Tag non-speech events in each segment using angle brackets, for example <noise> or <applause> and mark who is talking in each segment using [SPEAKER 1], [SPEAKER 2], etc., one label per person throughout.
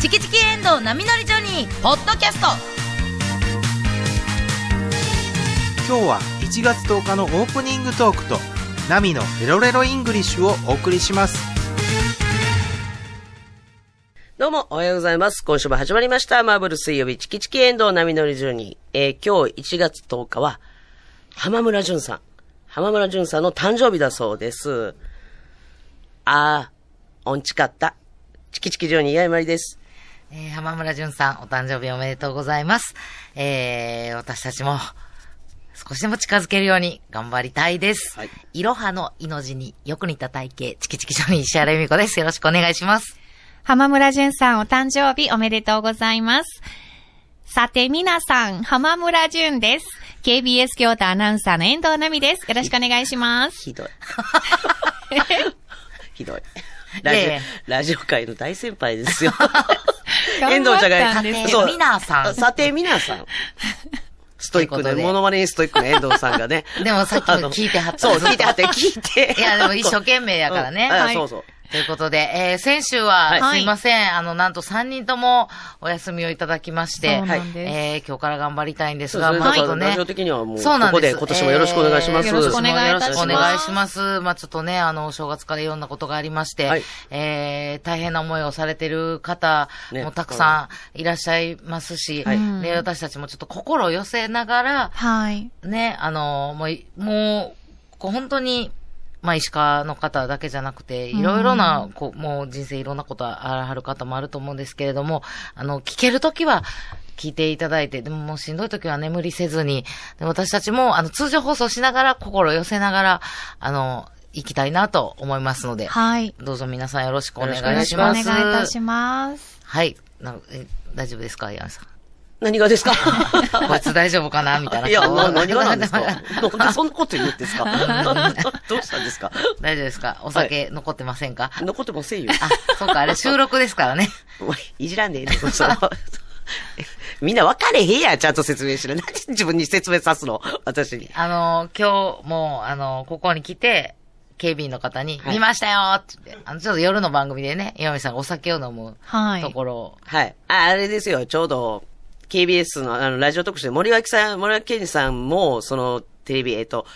[SPEAKER 1] チキチキエンドウ波乗りジョニー」ポッドキャスト
[SPEAKER 2] 今日は1月10日のオープニングトークとナミのレロレロイングリッシュをお送りします
[SPEAKER 3] どうも、おはようございます。今週も始まりました。マーブル水曜日、チキチキエンドウ波乗りジョニー。えー今日1月10日は、浜村淳さん。浜村淳さんの誕生日だそうです。あー、音痴かった。チキチキジョニー、やいまりです。
[SPEAKER 4] えー浜村淳さん、お誕生日おめでとうございます。えー、私たちも、少しでも近づけるように頑張りたいです。
[SPEAKER 3] はい
[SPEAKER 4] いろはの命によく似た体型、チキチキジョニー石原由美子です。よろしくお願いします。
[SPEAKER 5] 浜村淳さんお誕生日おめでとうございます。さて皆さん、浜村淳です。KBS 京都アナウンサーの遠藤奈美です。よろしくお願いし
[SPEAKER 4] <laughs>
[SPEAKER 5] ます。
[SPEAKER 3] ひどい。ひどい。ラジオ、
[SPEAKER 4] いやいや
[SPEAKER 3] ラジオ界の大先輩です
[SPEAKER 4] <laughs>
[SPEAKER 3] よ。
[SPEAKER 5] 頑張ったんですす
[SPEAKER 4] よ
[SPEAKER 3] そう
[SPEAKER 4] ミナさん
[SPEAKER 3] さて、みなさん。ストイック
[SPEAKER 4] という
[SPEAKER 3] な、
[SPEAKER 4] ことで
[SPEAKER 3] モノマネにストイックな遠藤さんがね
[SPEAKER 4] <laughs> 。でもさっきも聞いてはった
[SPEAKER 3] あのそう、聞いてはって、聞いて。
[SPEAKER 4] いや、でも一生懸命やからね。
[SPEAKER 3] うんあ
[SPEAKER 5] はい
[SPEAKER 3] そうそう。
[SPEAKER 4] ということで、えー、先週は、
[SPEAKER 5] はい
[SPEAKER 4] すいません、あの、なんと3人ともお休みをいただきまして、
[SPEAKER 5] そうなんです
[SPEAKER 4] えー、今日から頑張りたいんです
[SPEAKER 3] そう
[SPEAKER 4] が、
[SPEAKER 3] です
[SPEAKER 4] まあ、
[SPEAKER 3] ね
[SPEAKER 4] ち
[SPEAKER 3] ちょっ
[SPEAKER 4] ょっと
[SPEAKER 3] と
[SPEAKER 4] ね、
[SPEAKER 3] ラジオ的にはもう、
[SPEAKER 4] そうなん
[SPEAKER 3] ここ
[SPEAKER 4] です
[SPEAKER 3] で今年もよろしくお願いします。
[SPEAKER 5] えーよろしくお願いいたします
[SPEAKER 4] お願いします。まあ、ちょっとね、あの、お正月からいろんなことがありまして、
[SPEAKER 3] はい
[SPEAKER 4] えー、大変な思いをされてる方
[SPEAKER 3] ね
[SPEAKER 4] もたくさんいらっしゃいますし、
[SPEAKER 3] はい
[SPEAKER 4] で、私たちもちょっと心を寄せながら、
[SPEAKER 5] はい。
[SPEAKER 4] ね、あの、もうい、もう、こう本当に、まあ、医師科の方だけじゃなくて、いろいろな、こう、もう人生いろんなことあらはる方もあると思うんですけれども、あの、聞けるときは、聞いていただいて、でももうしんどいときは眠りせずに、で私たちも、あの、通常放送しながら、心寄せながら、あの、行きたいなと思いますので、
[SPEAKER 5] はい。よ
[SPEAKER 4] どうぞ皆さんよろしくお願いし
[SPEAKER 3] よ
[SPEAKER 5] ろ
[SPEAKER 4] ま
[SPEAKER 5] し
[SPEAKER 4] す。
[SPEAKER 5] くお願いいたします。
[SPEAKER 4] はい。なえ大丈夫ですか、ヤンさん。
[SPEAKER 3] 何がですか
[SPEAKER 4] こいつ大丈夫かなみたいな。
[SPEAKER 3] いや、
[SPEAKER 4] こう
[SPEAKER 3] な何がなんです
[SPEAKER 4] <laughs>
[SPEAKER 3] かなんでそんなこと言うんですかどうしたんですか
[SPEAKER 4] 大丈夫ですかお酒残ってませんか、 <laughs>
[SPEAKER 3] 残ってませんよ。
[SPEAKER 4] あ、そうか、あれ収録ですからね。 <laughs>
[SPEAKER 3] おいいじらんでええねんそのみんな分かれへんやん、ちゃんと説明しろ。なんで自分に説明さすの私に。
[SPEAKER 4] あの、今日もう、あの、ここに来て、警備員の方に、
[SPEAKER 3] い
[SPEAKER 4] 見ましたよって言って、あの、ちょっと夜の番組でね、岩見さんがお酒を飲む
[SPEAKER 5] はい
[SPEAKER 4] ところを、
[SPEAKER 3] はい。あ、あれですよ、ちょうど、KBS のあの、ラジオ特集で森脇さん、森脇健二さんも、その、テレビ、えっと、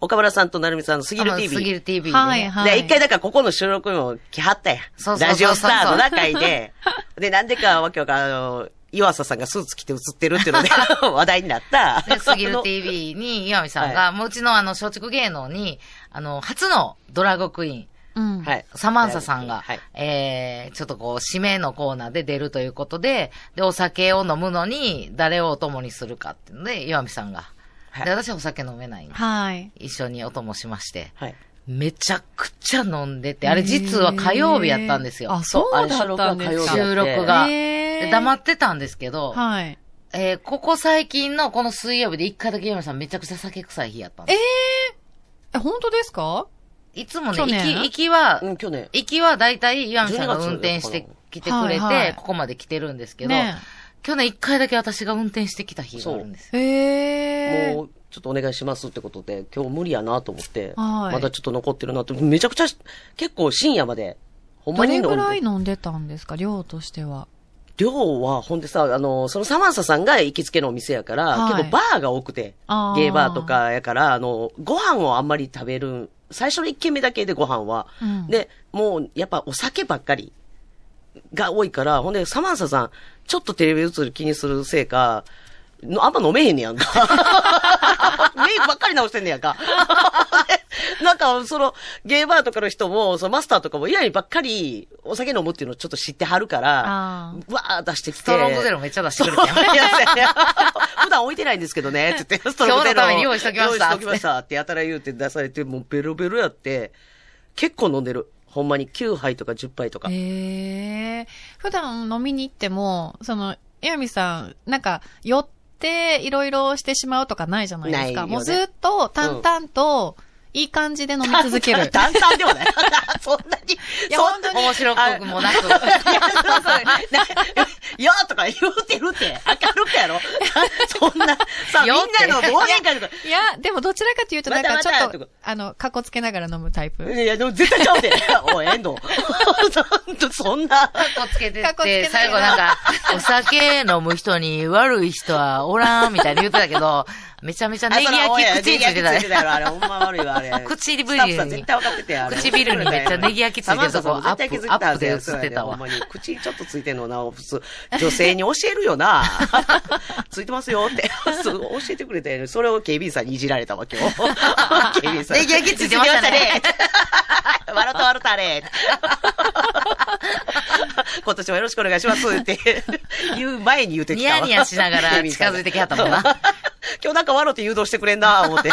[SPEAKER 3] 岡村さんと成美さんのスギ
[SPEAKER 4] あ
[SPEAKER 3] ル
[SPEAKER 4] の
[SPEAKER 3] TV。
[SPEAKER 4] すぎる TV で、ね。
[SPEAKER 5] はいはい
[SPEAKER 3] で、一回だからここの収録にも来はったやん。
[SPEAKER 4] そうそうそうそう
[SPEAKER 3] ラジオスターの中にで、で、なんでかわけわからん、あの、岩佐さんがスーツ着て映ってるっていう
[SPEAKER 4] <laughs>
[SPEAKER 3] ので、話題になった。
[SPEAKER 4] で、すぎる TV に岩見さんが、もううちのあの、松竹芸能に、あの、初のドラゴクイーン、
[SPEAKER 5] うん。
[SPEAKER 3] はい。
[SPEAKER 4] サマンサさんが、
[SPEAKER 3] はい。
[SPEAKER 4] えー、ちょっとこう、指名のコーナーで出るということで、で、お酒を飲むのに、誰をお供にするかっていうので、岩見さんが。
[SPEAKER 3] はい
[SPEAKER 4] で、私はお酒飲めないんで、
[SPEAKER 5] はい。
[SPEAKER 4] 一緒にお供しまして、
[SPEAKER 3] はい。
[SPEAKER 4] めちゃくちゃ飲んでて、あれ実は火曜日やったんです
[SPEAKER 5] へー
[SPEAKER 4] よ
[SPEAKER 5] あ、。そうだ
[SPEAKER 3] あれ収
[SPEAKER 5] っ
[SPEAKER 3] 録
[SPEAKER 5] た
[SPEAKER 3] は
[SPEAKER 5] ん
[SPEAKER 3] 火
[SPEAKER 5] で
[SPEAKER 3] 曜
[SPEAKER 5] す
[SPEAKER 3] 日
[SPEAKER 5] か。
[SPEAKER 4] 収録が。
[SPEAKER 5] へー
[SPEAKER 4] で黙ってたんですけど、
[SPEAKER 5] はい。
[SPEAKER 4] えーここ最近のこの水曜日で一回だけ岩見さんめちゃくちゃ酒臭い日やったんです。
[SPEAKER 5] え、本当ですか
[SPEAKER 4] いつもね、
[SPEAKER 5] 去
[SPEAKER 4] 行
[SPEAKER 5] 年
[SPEAKER 4] き、行きは、
[SPEAKER 3] うん、去年。
[SPEAKER 4] 行きは大体岩見さんが運転してきてくれ
[SPEAKER 5] はいは
[SPEAKER 4] て
[SPEAKER 5] い、
[SPEAKER 4] ここまで来てるんですけど、
[SPEAKER 5] ね
[SPEAKER 4] 去年一回だけ私が運転してきた日があるんです
[SPEAKER 5] え。
[SPEAKER 4] よ。
[SPEAKER 5] へ
[SPEAKER 3] も
[SPEAKER 5] ー
[SPEAKER 3] う、ちょっとお願いしますってことで、今日無理やなと思って、
[SPEAKER 5] はい
[SPEAKER 3] まだちょっと残ってるなと、めちゃくちゃ、結構深夜まで、ほん
[SPEAKER 5] ど
[SPEAKER 3] まに
[SPEAKER 5] れ
[SPEAKER 3] 飲んで
[SPEAKER 5] ぐらい飲んでたんですか量としては。
[SPEAKER 3] 量は、ほんでさ、あの、そのサマンサさんが行きつけのお店やから、
[SPEAKER 5] はい
[SPEAKER 3] 結構バーが多くて、
[SPEAKER 5] あー
[SPEAKER 3] ゲーバーとかやから、あの、ご飯をあんまり食べる、最初の一軒目だけでご飯は、
[SPEAKER 5] うん
[SPEAKER 3] で、もう、やっぱお酒ばっかりが多いから、ほんで、サマンサさん、ちょっとテレビ映る気にするせいか、のあんま飲めへん
[SPEAKER 5] <laughs>
[SPEAKER 3] ねやんか。メイクばっかり直してんねやんか。 <laughs> でなんか、その、ゲーバーとかの人も、そのマスターとかも、イラにばっかりお酒飲むっていうのをちょっと知ってはるから
[SPEAKER 5] あ、
[SPEAKER 3] わー出してきて。
[SPEAKER 4] ストロングゼロめっちゃ出してくれたよ。
[SPEAKER 3] いやいや普段置いてないんですけど
[SPEAKER 4] <laughs>
[SPEAKER 3] ね、って言って、ストロングゼロ。
[SPEAKER 4] 今日のために用意しときま
[SPEAKER 3] 用
[SPEAKER 4] した
[SPEAKER 3] 意しときましたってやたら言うて出されて、もうベロベロやって、結構飲んでる。ほんまに9杯とか10杯とか。
[SPEAKER 5] ええ普段飲みに行っても、その、やみさん、なんか、寄っていろいろしてしまうとかないじゃないですか。
[SPEAKER 3] ないよね
[SPEAKER 5] もうずっと淡々と、いい感じで飲み続け
[SPEAKER 3] <laughs>
[SPEAKER 5] る。
[SPEAKER 3] 淡々ではない。そんなに。
[SPEAKER 5] いや
[SPEAKER 3] そんな
[SPEAKER 5] 本当に
[SPEAKER 4] 面白くもなく。
[SPEAKER 3] いや、そう <laughs> そう。いやとか言うてるって、明るくやろ。 <laughs> そんな、さ、みん
[SPEAKER 4] よって
[SPEAKER 3] なの忘年会とか。
[SPEAKER 5] いや、でもどちらかというと、なんか
[SPEAKER 3] ま
[SPEAKER 5] ち
[SPEAKER 3] たまた
[SPEAKER 5] ょっ
[SPEAKER 3] とか
[SPEAKER 5] と、あの、かっこつけながら飲むタイプ。
[SPEAKER 3] <laughs> いや、でも絶対ちゃうて。おい、遠藤。当そんな。
[SPEAKER 4] カッコつけて
[SPEAKER 5] カッコつけて
[SPEAKER 4] って、
[SPEAKER 5] る
[SPEAKER 4] 最後なんか、お酒飲む人に悪い人はおらんみたいに言ってたけど、めちゃめちゃネギ焼き口についてた
[SPEAKER 3] ネギ焼きついてた
[SPEAKER 4] ね。
[SPEAKER 3] よ、あれ。ほんま悪いわ、あ
[SPEAKER 4] <laughs>
[SPEAKER 3] れ。
[SPEAKER 4] 唇に
[SPEAKER 3] スタッフさん絶対分かってたよ、あれ。
[SPEAKER 4] 唇にめっちゃネギ焼きついてると
[SPEAKER 3] サマンサ
[SPEAKER 4] こ
[SPEAKER 3] さんも絶対気づいてたはずや
[SPEAKER 4] アップアップで映ってたわ
[SPEAKER 3] ほんまに。口にちょっとついてんのな、普通。女性に教えるよ
[SPEAKER 4] <laughs>
[SPEAKER 3] な。ついてますよって。 <laughs> そう教えてくれたよね。それを警備員さんにいじられたわ、今
[SPEAKER 4] <laughs>
[SPEAKER 3] 日。警備員さん。
[SPEAKER 4] ネギ焼きついてましたね。
[SPEAKER 3] <laughs> 笑と笑ったれ。今年もよろしくお願いしますって言う前に言うてき
[SPEAKER 4] ニ
[SPEAKER 3] たわ。
[SPEAKER 4] ヤニヤしながら近づいてきはったもんな。
[SPEAKER 3] 今日なんか笑って誘導してくれんな、
[SPEAKER 4] <laughs>
[SPEAKER 3] 思って。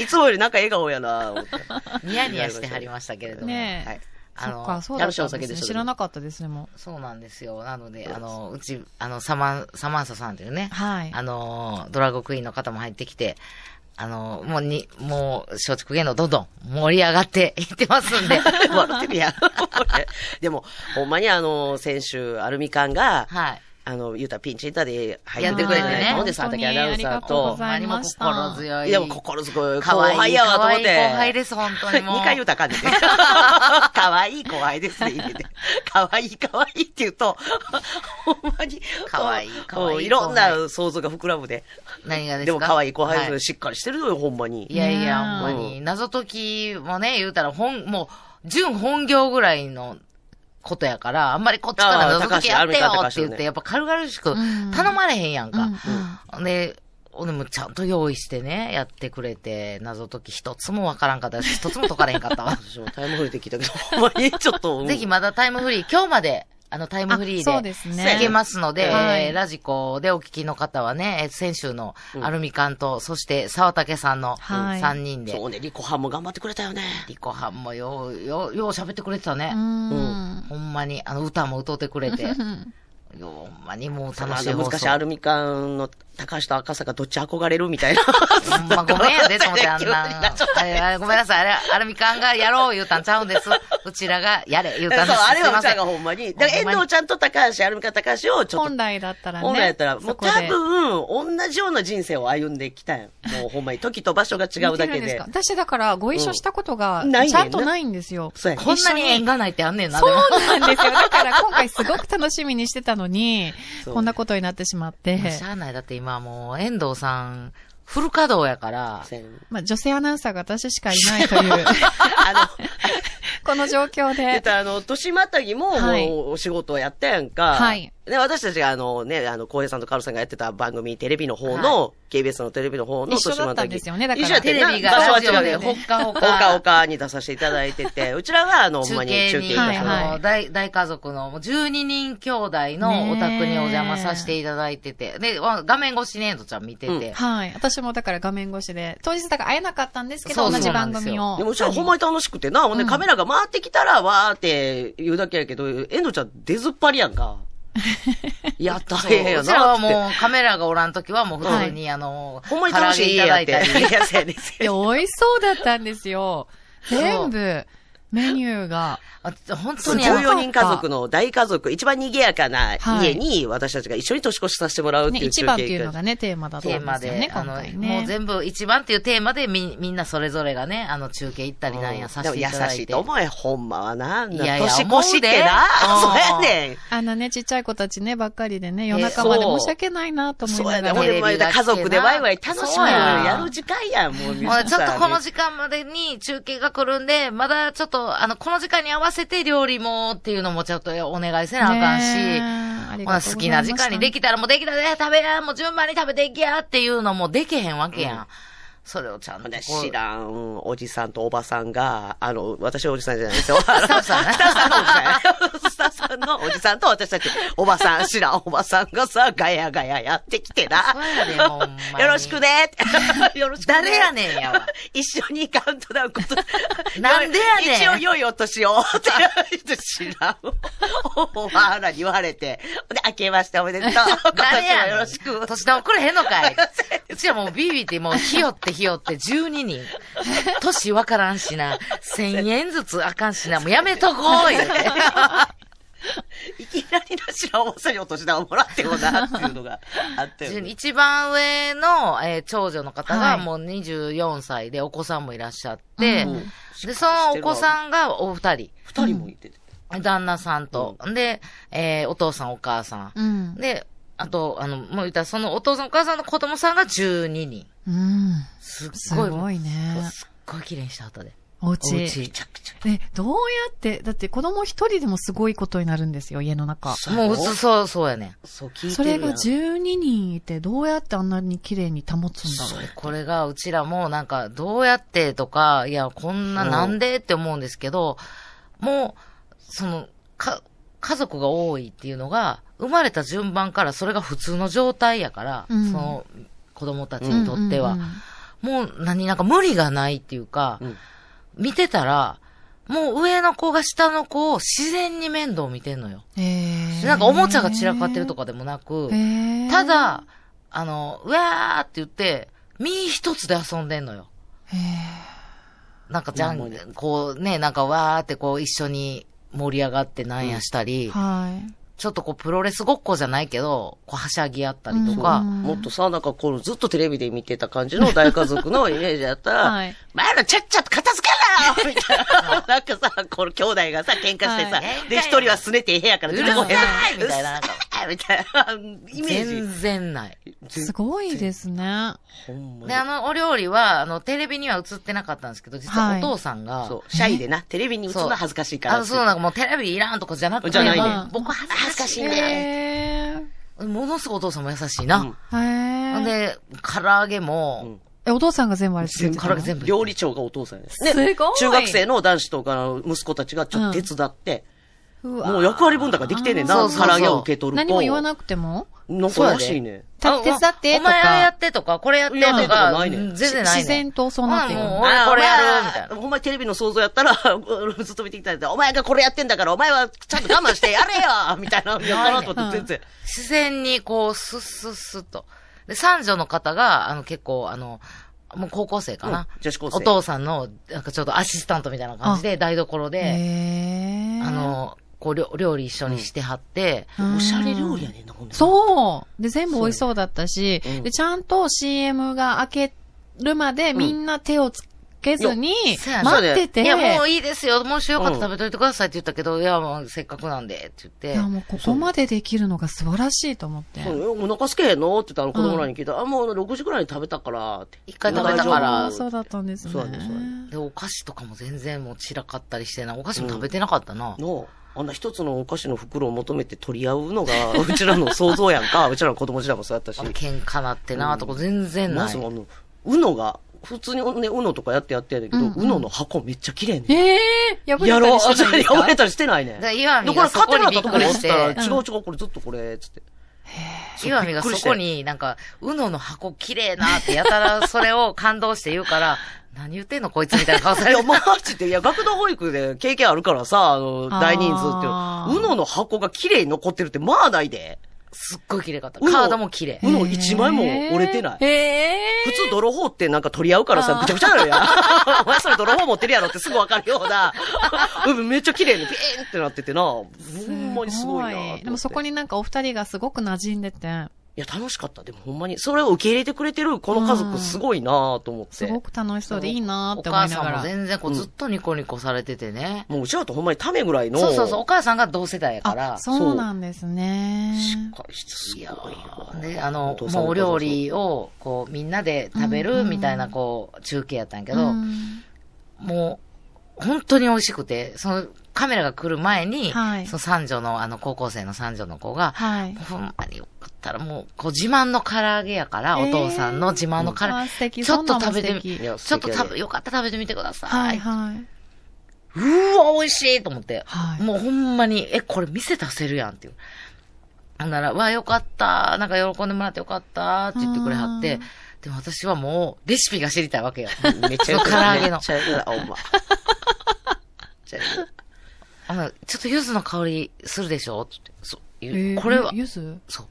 [SPEAKER 3] いつもよりなんか笑顔やな、思って。
[SPEAKER 4] ニヤニヤしてはりましたけれども。
[SPEAKER 5] ねえ
[SPEAKER 3] はい。
[SPEAKER 4] あ
[SPEAKER 5] そ
[SPEAKER 4] の
[SPEAKER 5] っか、そうだったんです
[SPEAKER 3] やる人はお酒で
[SPEAKER 5] ね。
[SPEAKER 3] しょ
[SPEAKER 5] 知らなかったですね、も
[SPEAKER 4] そうなんですよ。なので、
[SPEAKER 3] そうです
[SPEAKER 4] あの、うち、あの、サマン、サマンサさんというね
[SPEAKER 5] う。、はい。
[SPEAKER 4] あの、ドラゴクイーンの方も入ってきて、あの、もうに、もう、松竹芸能どんどん盛り上がっていってますん
[SPEAKER 3] <laughs>
[SPEAKER 4] で。
[SPEAKER 3] 笑ってるやん。でも、ほんまにあの、先週、アルミカンが、
[SPEAKER 4] はい。
[SPEAKER 3] あの、言うたらピンチヒッターで入
[SPEAKER 4] やってくれてね
[SPEAKER 3] ほんで、佐竹アナ
[SPEAKER 5] 本当に
[SPEAKER 3] ウンサー
[SPEAKER 5] ありがとうご
[SPEAKER 3] と
[SPEAKER 5] ざい、ました
[SPEAKER 4] ほんまにもう心強い。
[SPEAKER 3] いや、もう心強い。
[SPEAKER 4] 可愛い
[SPEAKER 3] 後輩やわと思って。
[SPEAKER 4] 可愛い後輩です本当にもう
[SPEAKER 3] 2回言うたらあかんね。
[SPEAKER 4] <laughs>
[SPEAKER 3] 可愛い後輩ですね、言うて可愛い可愛いって言うと、ほんまに。
[SPEAKER 4] 可愛い可愛い
[SPEAKER 3] うんいろんな想像が膨らむで。
[SPEAKER 4] 何がですか
[SPEAKER 3] でも可愛い後輩です
[SPEAKER 4] は
[SPEAKER 3] よしっかりしてるのよ、ほんま
[SPEAKER 4] い
[SPEAKER 3] に。
[SPEAKER 4] いやいや、
[SPEAKER 5] うん
[SPEAKER 4] ほんまに。謎解きもね、言うたら、本、もう、純本業ぐらいのことやから、あんまりこっちから
[SPEAKER 3] あー
[SPEAKER 4] 謎解きやってよ
[SPEAKER 3] 高橋
[SPEAKER 4] って言っ
[SPEAKER 3] 高
[SPEAKER 4] て、
[SPEAKER 3] 橋。
[SPEAKER 4] やっぱ軽々しく
[SPEAKER 5] ん
[SPEAKER 4] 頼まれへんやん
[SPEAKER 5] う
[SPEAKER 4] か
[SPEAKER 5] ん。
[SPEAKER 4] で、でもちゃんと用意してね、やってくれて、謎解き一つもわからんかったし、一つも解かれへんかっ
[SPEAKER 5] <laughs>
[SPEAKER 4] たわ
[SPEAKER 3] 私もタイムフリーで聞いたけど、ほんまにちょっと。うん
[SPEAKER 4] ぜひまだタイムフリー、今日まで、あのタイムフリーで、
[SPEAKER 5] あそうですね
[SPEAKER 4] 聞けますので、
[SPEAKER 5] はい
[SPEAKER 4] えーラジコでお聞きの方はね、えー先週の
[SPEAKER 3] うん
[SPEAKER 4] アルミ缶と、そして沢竹さんの
[SPEAKER 5] はい
[SPEAKER 4] 3人で、
[SPEAKER 3] そうね、リコハンも頑張ってくれたよね。
[SPEAKER 4] リコはんもよう、よう、よう喋ってくれてたね。
[SPEAKER 5] うん。
[SPEAKER 4] ほんまに、あの歌も歌うてく
[SPEAKER 5] <laughs>
[SPEAKER 4] れて、よ
[SPEAKER 5] うん
[SPEAKER 4] うほんまにもう
[SPEAKER 3] あの
[SPEAKER 4] 楽しい放送。
[SPEAKER 3] 難しいアルミ缶の高橋と赤坂どっち憧れるみたいな。
[SPEAKER 4] ほ
[SPEAKER 3] <laughs>
[SPEAKER 4] んまごめんやで、と思って、あんな
[SPEAKER 3] 急になっちゃっ
[SPEAKER 4] ん。あれ、あれごめんなさい、あれ、アルミ缶がやろう言うたんちゃうんです。うちらがやれ言
[SPEAKER 3] <laughs>
[SPEAKER 4] う
[SPEAKER 3] そ
[SPEAKER 4] た
[SPEAKER 3] う、
[SPEAKER 4] んです。
[SPEAKER 3] あれ
[SPEAKER 4] すい
[SPEAKER 3] は
[SPEAKER 4] ま
[SPEAKER 3] うち
[SPEAKER 4] せ
[SPEAKER 3] ら
[SPEAKER 4] ん
[SPEAKER 3] がほんまに。だから
[SPEAKER 4] ほんま
[SPEAKER 3] 遠
[SPEAKER 4] に
[SPEAKER 3] 藤ちゃんと高橋、アルミ缶高橋をちょっと
[SPEAKER 5] 本来だったらね。
[SPEAKER 3] 本来やったら、も
[SPEAKER 5] そうこ
[SPEAKER 3] 多
[SPEAKER 5] で
[SPEAKER 3] 分、同じような人生を歩んできたよ。もうほんまに、時と場所が違う
[SPEAKER 5] 似て
[SPEAKER 3] だ
[SPEAKER 5] る
[SPEAKER 3] け
[SPEAKER 5] んです
[SPEAKER 3] で
[SPEAKER 5] か。私だからご一緒したことが
[SPEAKER 3] うんないねん
[SPEAKER 5] ち
[SPEAKER 3] な
[SPEAKER 5] ゃんとないんですよ。
[SPEAKER 3] そうやね。
[SPEAKER 4] こんなに縁がないってあんねんな、
[SPEAKER 5] そう
[SPEAKER 4] でも
[SPEAKER 5] なんですよ。だから今回すごく楽しみにしてたのに、
[SPEAKER 3] そう
[SPEAKER 5] こんなことになってしまって。
[SPEAKER 4] しゃあない。だって今もう、遠藤さん、フル稼働やから、
[SPEAKER 3] そうやね
[SPEAKER 5] まあ女性アナウンサーが私しかいないという、
[SPEAKER 3] あの、
[SPEAKER 5] この状況
[SPEAKER 3] 言っ
[SPEAKER 5] で。
[SPEAKER 3] たらあの、年またぎも、
[SPEAKER 5] はい
[SPEAKER 3] もう、お仕事をやったやんか。
[SPEAKER 5] はい
[SPEAKER 3] で、私たちが、あのね、あの、浩平さんとカルさんがやってた番組、テレビの方の、KBS のテレビの方の
[SPEAKER 5] 一緒
[SPEAKER 3] 年
[SPEAKER 5] だ
[SPEAKER 3] ま
[SPEAKER 5] った
[SPEAKER 3] た
[SPEAKER 5] ん
[SPEAKER 3] ぎ。
[SPEAKER 5] ですよねだから
[SPEAKER 3] 一緒やって
[SPEAKER 4] テ
[SPEAKER 3] ん
[SPEAKER 4] レビがラジオで、ほっかほ
[SPEAKER 3] ほかほ
[SPEAKER 4] か。
[SPEAKER 3] かに出させていただいてて、うちらは、あの、ほんま
[SPEAKER 4] 中
[SPEAKER 3] に
[SPEAKER 4] 継
[SPEAKER 3] 中
[SPEAKER 4] に、
[SPEAKER 3] 継
[SPEAKER 5] は
[SPEAKER 3] が
[SPEAKER 5] い
[SPEAKER 3] そ
[SPEAKER 5] はい
[SPEAKER 3] の
[SPEAKER 4] あの大、大家族のもう12人兄弟のお宅にお邪魔させていただいてて、で、わ画面越しに遠藤ちゃん見てて、
[SPEAKER 3] うん
[SPEAKER 5] はい。私もだから画面越しで、当日だから会えなかったんですけ
[SPEAKER 4] そ
[SPEAKER 5] ど、
[SPEAKER 4] う
[SPEAKER 5] 同じ
[SPEAKER 4] そうなん
[SPEAKER 5] 番
[SPEAKER 4] ですよ
[SPEAKER 5] 組を。
[SPEAKER 3] でもうちらほんまに楽しくてな、ほんでカメラが回ってきたら、わーって言うだけやけど、遠藤ちゃん出ずっぱりやんか。やった
[SPEAKER 4] そう
[SPEAKER 3] ええや
[SPEAKER 4] うちら
[SPEAKER 3] な。
[SPEAKER 4] は
[SPEAKER 3] って
[SPEAKER 4] もうカメラがおらんときはもう普通に、あの、
[SPEAKER 3] ほんまに楽しい家やって。
[SPEAKER 4] 唐揚げいただい
[SPEAKER 3] <laughs> い
[SPEAKER 4] たり
[SPEAKER 3] や、そうやね。
[SPEAKER 5] いや、美味しそうだったんですよ。
[SPEAKER 4] う
[SPEAKER 5] 全部、メニューが。
[SPEAKER 4] あ本当にあの
[SPEAKER 5] すごい
[SPEAKER 3] 14人家族の大家族、一番賑やかな
[SPEAKER 5] はい
[SPEAKER 3] 家に私たちが一緒に年越しさせてもらうって
[SPEAKER 5] ね、
[SPEAKER 3] いう
[SPEAKER 5] 一
[SPEAKER 3] 中
[SPEAKER 5] 番って
[SPEAKER 3] 継
[SPEAKER 5] いうのがね、テーマだったんで
[SPEAKER 4] テーマ
[SPEAKER 5] すよ
[SPEAKER 4] で
[SPEAKER 5] ね、、
[SPEAKER 4] あ
[SPEAKER 5] 今
[SPEAKER 4] の、
[SPEAKER 5] 回
[SPEAKER 4] もう
[SPEAKER 5] ね。
[SPEAKER 4] 全部一番っていうテーマでみ、みんなそれぞれがね、あの、中継行ったりなんやさせていただ
[SPEAKER 3] でも優
[SPEAKER 4] いて。
[SPEAKER 3] しいと思え、ほんまはな。
[SPEAKER 4] いやいや
[SPEAKER 3] 年越しってな。
[SPEAKER 4] 思
[SPEAKER 3] <laughs> そう
[SPEAKER 4] で
[SPEAKER 3] うやねん。
[SPEAKER 5] あのね、ちっちゃい子たちね、ばっかりでね、夜
[SPEAKER 4] え
[SPEAKER 5] 中まで
[SPEAKER 3] そう
[SPEAKER 5] 申し訳ないなと思い
[SPEAKER 3] そう
[SPEAKER 5] な
[SPEAKER 3] やね
[SPEAKER 5] が
[SPEAKER 3] ん。
[SPEAKER 5] ら
[SPEAKER 3] ほん
[SPEAKER 4] テレ
[SPEAKER 5] ね。
[SPEAKER 4] ビ
[SPEAKER 3] で、まあ家族でワイワイ楽し
[SPEAKER 4] そう
[SPEAKER 3] む
[SPEAKER 4] や
[SPEAKER 3] やる時間やん、もうみん
[SPEAKER 4] もう
[SPEAKER 3] な
[SPEAKER 4] ちょっとこの
[SPEAKER 3] 間。
[SPEAKER 4] 時間までに中継が来るんで、まだちょっと、あの、この時間に合わせて料理もっていうのもちょっとお願いせなあかんし、
[SPEAKER 5] し
[SPEAKER 4] まあ好きな時間にで
[SPEAKER 5] き
[SPEAKER 4] きたらもうできたで、食べや、もう順番に食べていきやっていうのもできへんわけやん。それをちゃん
[SPEAKER 3] ほ
[SPEAKER 4] と
[SPEAKER 3] んで
[SPEAKER 4] こう。
[SPEAKER 3] 知らん、おじさんとおばさんが、あの、私はおじさんじゃない
[SPEAKER 4] <laughs>
[SPEAKER 3] ですよ。スタ
[SPEAKER 4] ッフさんね
[SPEAKER 3] スタッフさんのおじさん。スタッフさんのおじさんと私たち、おばさん、知らんおばさんがさ、ガヤガヤやってきてな
[SPEAKER 4] そうやでほんま。に
[SPEAKER 3] よろしくね。よろしくね。
[SPEAKER 4] 誰やねんやわ。
[SPEAKER 3] <laughs> 一緒にカウントダウンこと。
[SPEAKER 4] なんでやねん
[SPEAKER 3] 一応良いお年を。って知らん。
[SPEAKER 4] <laughs>
[SPEAKER 3] おばあらに言われて。で、明けましておめでと
[SPEAKER 4] <laughs>
[SPEAKER 3] う。今
[SPEAKER 4] 誰
[SPEAKER 3] 年
[SPEAKER 4] や
[SPEAKER 3] も
[SPEAKER 4] ねん
[SPEAKER 3] よろしく。
[SPEAKER 4] 年玉くれへんのかい。うちらもうビビってもうひよってひよって12人。年わからんしな。1000円ずつあかんしな。もうやめとこう言うて。
[SPEAKER 3] いきなりな知らんおばさんにお年玉もらってもな、っていうのがあった <laughs> よね。
[SPEAKER 4] 一番上の、えー長女の方
[SPEAKER 5] は
[SPEAKER 4] が
[SPEAKER 5] い
[SPEAKER 4] もう24歳でお子さんもいらっしゃって、
[SPEAKER 5] うん
[SPEAKER 4] で、そのお子さんがお二人。
[SPEAKER 3] 二人もいてて。
[SPEAKER 4] 旦那さんと、で、えーお父さんお母さ
[SPEAKER 5] うん
[SPEAKER 4] ん。。で、あと、あの、もう言ったら、そのお父さんお母さんの子供さんが12人。
[SPEAKER 6] うん。
[SPEAKER 4] すっ
[SPEAKER 6] す
[SPEAKER 4] ごい、
[SPEAKER 6] ごいね。
[SPEAKER 4] すっごい綺麗にした後で。
[SPEAKER 6] お
[SPEAKER 4] お家
[SPEAKER 6] 家。
[SPEAKER 4] めちゃくち
[SPEAKER 6] え、どうやって、だって子供一人でもすごいことになるんですよ、家の中。
[SPEAKER 4] ゃ。もう、そう、そう、そうやね。
[SPEAKER 3] そう聞い
[SPEAKER 6] そ
[SPEAKER 3] て
[SPEAKER 6] れ
[SPEAKER 3] るや
[SPEAKER 6] が
[SPEAKER 3] ん。
[SPEAKER 6] 12人いて、どうやってあんなに綺麗に保つんだ
[SPEAKER 4] そ
[SPEAKER 6] ろう
[SPEAKER 4] れ。これが、うちらも、なんか、どうやってとか、いや、こんななんでって思うんですけど、もう、その、か、家族が多いっていうのが、生まれた順番からそれが普通の状態やから、
[SPEAKER 6] うん
[SPEAKER 4] その、子供たちにとっては。
[SPEAKER 6] うんうんうん
[SPEAKER 4] もう何、なんか無理がないっていうか、
[SPEAKER 3] うん
[SPEAKER 4] 見てたら、もう上の子が下の子を自然に面倒見てんのよ。
[SPEAKER 6] えー
[SPEAKER 4] なんかおもちゃが散らかってるとかでもなく、
[SPEAKER 6] えー
[SPEAKER 4] た、だ、あの、うわーって言って、身一つで遊んでんのよ。
[SPEAKER 6] え
[SPEAKER 4] なんかじゃ
[SPEAKER 3] ほん
[SPEAKER 4] ん
[SPEAKER 3] ま、
[SPEAKER 4] こうね、なんかわーってこう一緒に盛り上がってなんやしたり、
[SPEAKER 6] ーはい。
[SPEAKER 4] ちょっとこうプロレスごっこじゃないけど、こうはしゃぎあったりとか、
[SPEAKER 6] うん
[SPEAKER 3] もっとさ、なんかこのずっとテレビで見てた感じの大家族のイメージだった <laughs> ら、
[SPEAKER 6] はい
[SPEAKER 3] 前らちゃっちゃと片付けろよみたいな。 <laughs> なんかさ、この兄弟がさ、喧嘩してさ、
[SPEAKER 4] はい
[SPEAKER 3] で、一人はすねて部屋から
[SPEAKER 4] う
[SPEAKER 3] 出
[SPEAKER 4] る
[SPEAKER 3] てこ
[SPEAKER 4] さ
[SPEAKER 3] へん
[SPEAKER 4] いみたいな、なんか、
[SPEAKER 3] みたいなイメー
[SPEAKER 4] 全
[SPEAKER 3] ジ。
[SPEAKER 4] 然ない。
[SPEAKER 6] すごいですね。
[SPEAKER 3] ほんまに
[SPEAKER 4] で、あの、お料理は、あの、テレビには映ってなかったんですけど、実は
[SPEAKER 6] は
[SPEAKER 4] お
[SPEAKER 6] い
[SPEAKER 4] 父さんが、
[SPEAKER 3] そう、シャイでな、テレビに映るのは恥ずかしいから
[SPEAKER 4] あの、そうなんかもうテレビいらんとかじゃなくて、
[SPEAKER 3] じゃないね
[SPEAKER 4] まあ僕は恥ずかしいね。
[SPEAKER 6] えー
[SPEAKER 4] ものすごいお父さんも優しいな。
[SPEAKER 6] へー
[SPEAKER 4] ほんで、唐揚げも、
[SPEAKER 6] え、お父さんが全部あれ作って
[SPEAKER 4] 唐
[SPEAKER 6] た
[SPEAKER 4] 揚
[SPEAKER 6] の
[SPEAKER 4] げ全部。
[SPEAKER 3] 料理長がお父さんです。
[SPEAKER 6] すごい
[SPEAKER 3] 中学生の男子とかの息子たちがちょっと手伝って、
[SPEAKER 6] うわ
[SPEAKER 3] もう役割分担ができてんねん
[SPEAKER 4] そ
[SPEAKER 3] な。
[SPEAKER 4] うそうそう
[SPEAKER 3] 唐揚げを受け取ると。
[SPEAKER 6] 何も言わなくても
[SPEAKER 3] なんからしいね。
[SPEAKER 6] た手伝って
[SPEAKER 4] お
[SPEAKER 6] と
[SPEAKER 4] 前あれや
[SPEAKER 6] か、
[SPEAKER 4] ってとか、これやってと
[SPEAKER 3] いやと
[SPEAKER 4] か
[SPEAKER 3] か、ないね
[SPEAKER 4] うん全然ない、ね。
[SPEAKER 6] 自然とそうなってる
[SPEAKER 4] うんもう
[SPEAKER 6] の。
[SPEAKER 4] 俺これや
[SPEAKER 3] あ
[SPEAKER 4] る、
[SPEAKER 3] まあ
[SPEAKER 4] みたいな。
[SPEAKER 3] ほんまにテレビの想像やったら、 <laughs> ずっと見てきたんで、お前がこれやってんだから、お前はちゃんと我慢してやれ
[SPEAKER 4] <laughs>
[SPEAKER 3] よみたいな、やったなと思って、全然。
[SPEAKER 4] 自然にこう、スッスッスッと。で、三女の方が、あの、結構、あの、もう高校生かな。
[SPEAKER 3] うん女子高生
[SPEAKER 4] お父さんの、なんかちょっとアシスタントみたいな感じで、台所
[SPEAKER 6] へ
[SPEAKER 4] で、
[SPEAKER 6] え
[SPEAKER 4] あ、の、こう料、料理一緒にしてはって、
[SPEAKER 6] うん
[SPEAKER 3] おしゃれ料理やねんな、ほんで
[SPEAKER 6] そうで、全部美味しそうだったし、
[SPEAKER 3] そううん
[SPEAKER 6] で、ちゃんと CM が開けるまでみんな手をつけずに
[SPEAKER 4] そうや、ね
[SPEAKER 6] 待ってて、
[SPEAKER 4] いや、もう
[SPEAKER 6] い
[SPEAKER 4] いいですよ。もしよかったら食べといてくださいって言ったけど、いや、もうせっかくなんで、って言
[SPEAKER 6] や
[SPEAKER 4] って。
[SPEAKER 6] もうここまでできるのが素晴らしいと思って。
[SPEAKER 3] そう。えお腹すけへんのって言ったら子供らに聞いたら、あ、もう6時くらいに食べたから、って。
[SPEAKER 4] 一回食べたから
[SPEAKER 6] あーそうだったんですね。
[SPEAKER 3] そうだねそうだね
[SPEAKER 4] で、お菓子とかも全然もう散らかったりしてな。お菓子も食べてなかったな。
[SPEAKER 3] の、あんな一つのお菓子の袋を求めて取り合うのが、 <laughs> うちらの想像やんか。うちらの子供時代もそうやったし
[SPEAKER 4] あ。の喧嘩なってな、とか全然
[SPEAKER 3] ま
[SPEAKER 4] な
[SPEAKER 3] ず
[SPEAKER 4] い。
[SPEAKER 3] あの、うのが、普通にね、うのとかやってやってやるけど、うのの箱めっちゃ綺麗ねん。
[SPEAKER 6] ええー、破
[SPEAKER 3] や
[SPEAKER 6] れた
[SPEAKER 3] ろ
[SPEAKER 6] り
[SPEAKER 3] う。
[SPEAKER 6] してないん
[SPEAKER 3] <laughs>
[SPEAKER 6] です
[SPEAKER 3] や
[SPEAKER 6] か
[SPEAKER 3] れたりしてないね。
[SPEAKER 4] だから岩見
[SPEAKER 3] これ
[SPEAKER 4] がそこに
[SPEAKER 3] 買
[SPEAKER 4] び
[SPEAKER 3] っ
[SPEAKER 4] って
[SPEAKER 3] も
[SPEAKER 4] く
[SPEAKER 3] ら
[SPEAKER 4] り
[SPEAKER 3] った
[SPEAKER 4] し
[SPEAKER 3] と
[SPEAKER 4] て
[SPEAKER 3] こ、思ったら、違う違う、これずっとこれ、つって。
[SPEAKER 4] 岩見がそこになんか、うのの箱綺麗なってやたらそれを感動して言うから、 <laughs> 何言ってんのこいつみたいな顔さ
[SPEAKER 3] い
[SPEAKER 4] れ
[SPEAKER 3] や、
[SPEAKER 4] て。
[SPEAKER 3] マジで、いや、学童保育で経験あるからさ、あの、大人数
[SPEAKER 6] あ
[SPEAKER 3] っ
[SPEAKER 6] ー
[SPEAKER 3] て、うのの箱が綺麗に残ってるって、まあないで。
[SPEAKER 4] すっごい綺麗かった。
[SPEAKER 3] うの
[SPEAKER 4] カードも綺麗
[SPEAKER 3] <laughs> う。の一枚も折れてない。
[SPEAKER 6] え
[SPEAKER 3] 普通泥棒ってなんか取り合うからさ、ぐちゃぐちゃなのや。 <laughs> お前それ泥棒持ってるやろってすぐわかるよう
[SPEAKER 4] <laughs>
[SPEAKER 3] な。うんめっちゃ綺麗にピーンってなっててな。ほ
[SPEAKER 6] え
[SPEAKER 3] んまにすごいなと思って。
[SPEAKER 6] でもそこになんかお二人がすごく馴染んでて、
[SPEAKER 3] いや、楽しかった。でもほんまに、それを受け入れてくれてるこの家族すごいなと思って。
[SPEAKER 6] すごく楽しそうでいいなーっ
[SPEAKER 4] お
[SPEAKER 6] て思
[SPEAKER 4] 母
[SPEAKER 6] いな
[SPEAKER 4] さ
[SPEAKER 6] が
[SPEAKER 4] んも
[SPEAKER 6] ら。
[SPEAKER 4] 全然こうずっとニコニコされててね。
[SPEAKER 3] もううちらとほんまにためぐらいの。
[SPEAKER 4] そうそうそう、お母さんが同世代やから。
[SPEAKER 6] そうなんですね。
[SPEAKER 3] すごいな
[SPEAKER 4] で、あ
[SPEAKER 3] お、
[SPEAKER 4] の
[SPEAKER 3] 父さん
[SPEAKER 4] もうお料理を、こう、みんなで食べるみたいな、こう、中継やったんやけど、
[SPEAKER 6] うん
[SPEAKER 4] もう、本当に美味しくて、その、カメラが来る前に、
[SPEAKER 6] はい
[SPEAKER 4] その三女の、あの、高校生の三女の子が、
[SPEAKER 6] はい。
[SPEAKER 4] ほんまによかったら、もう、こう、自慢の唐揚げやから、
[SPEAKER 6] え
[SPEAKER 4] お
[SPEAKER 6] ー
[SPEAKER 4] 父さんの自慢の唐揚
[SPEAKER 6] あ
[SPEAKER 4] げ、
[SPEAKER 6] 素敵
[SPEAKER 4] ちょっと食べて
[SPEAKER 6] そんな
[SPEAKER 4] み、
[SPEAKER 6] の素敵
[SPEAKER 4] ちょっ
[SPEAKER 3] 素敵
[SPEAKER 4] と食べ、よかったら食べてみてください。
[SPEAKER 6] はい、はい。
[SPEAKER 4] うわ、美味しいと思って、
[SPEAKER 6] はい
[SPEAKER 4] もうほんまに、え、これ店出せるやんっていう。ほんなら、わ、よかった、なんか喜んでもらってよかった、って言ってくれはっ
[SPEAKER 6] う
[SPEAKER 4] て
[SPEAKER 6] ん、
[SPEAKER 4] でも私はもう、レシピが知りたいわけよ。
[SPEAKER 3] <laughs> めっちゃよく
[SPEAKER 4] 唐揚げ
[SPEAKER 3] め
[SPEAKER 4] の
[SPEAKER 3] っちゃよくあ、お前。めっちゃよく
[SPEAKER 4] <laughs> あの、ちょっと柚子の香りするでしょって言ってそうゆ、
[SPEAKER 6] えー
[SPEAKER 4] これは、
[SPEAKER 6] ゆゆず
[SPEAKER 4] そう。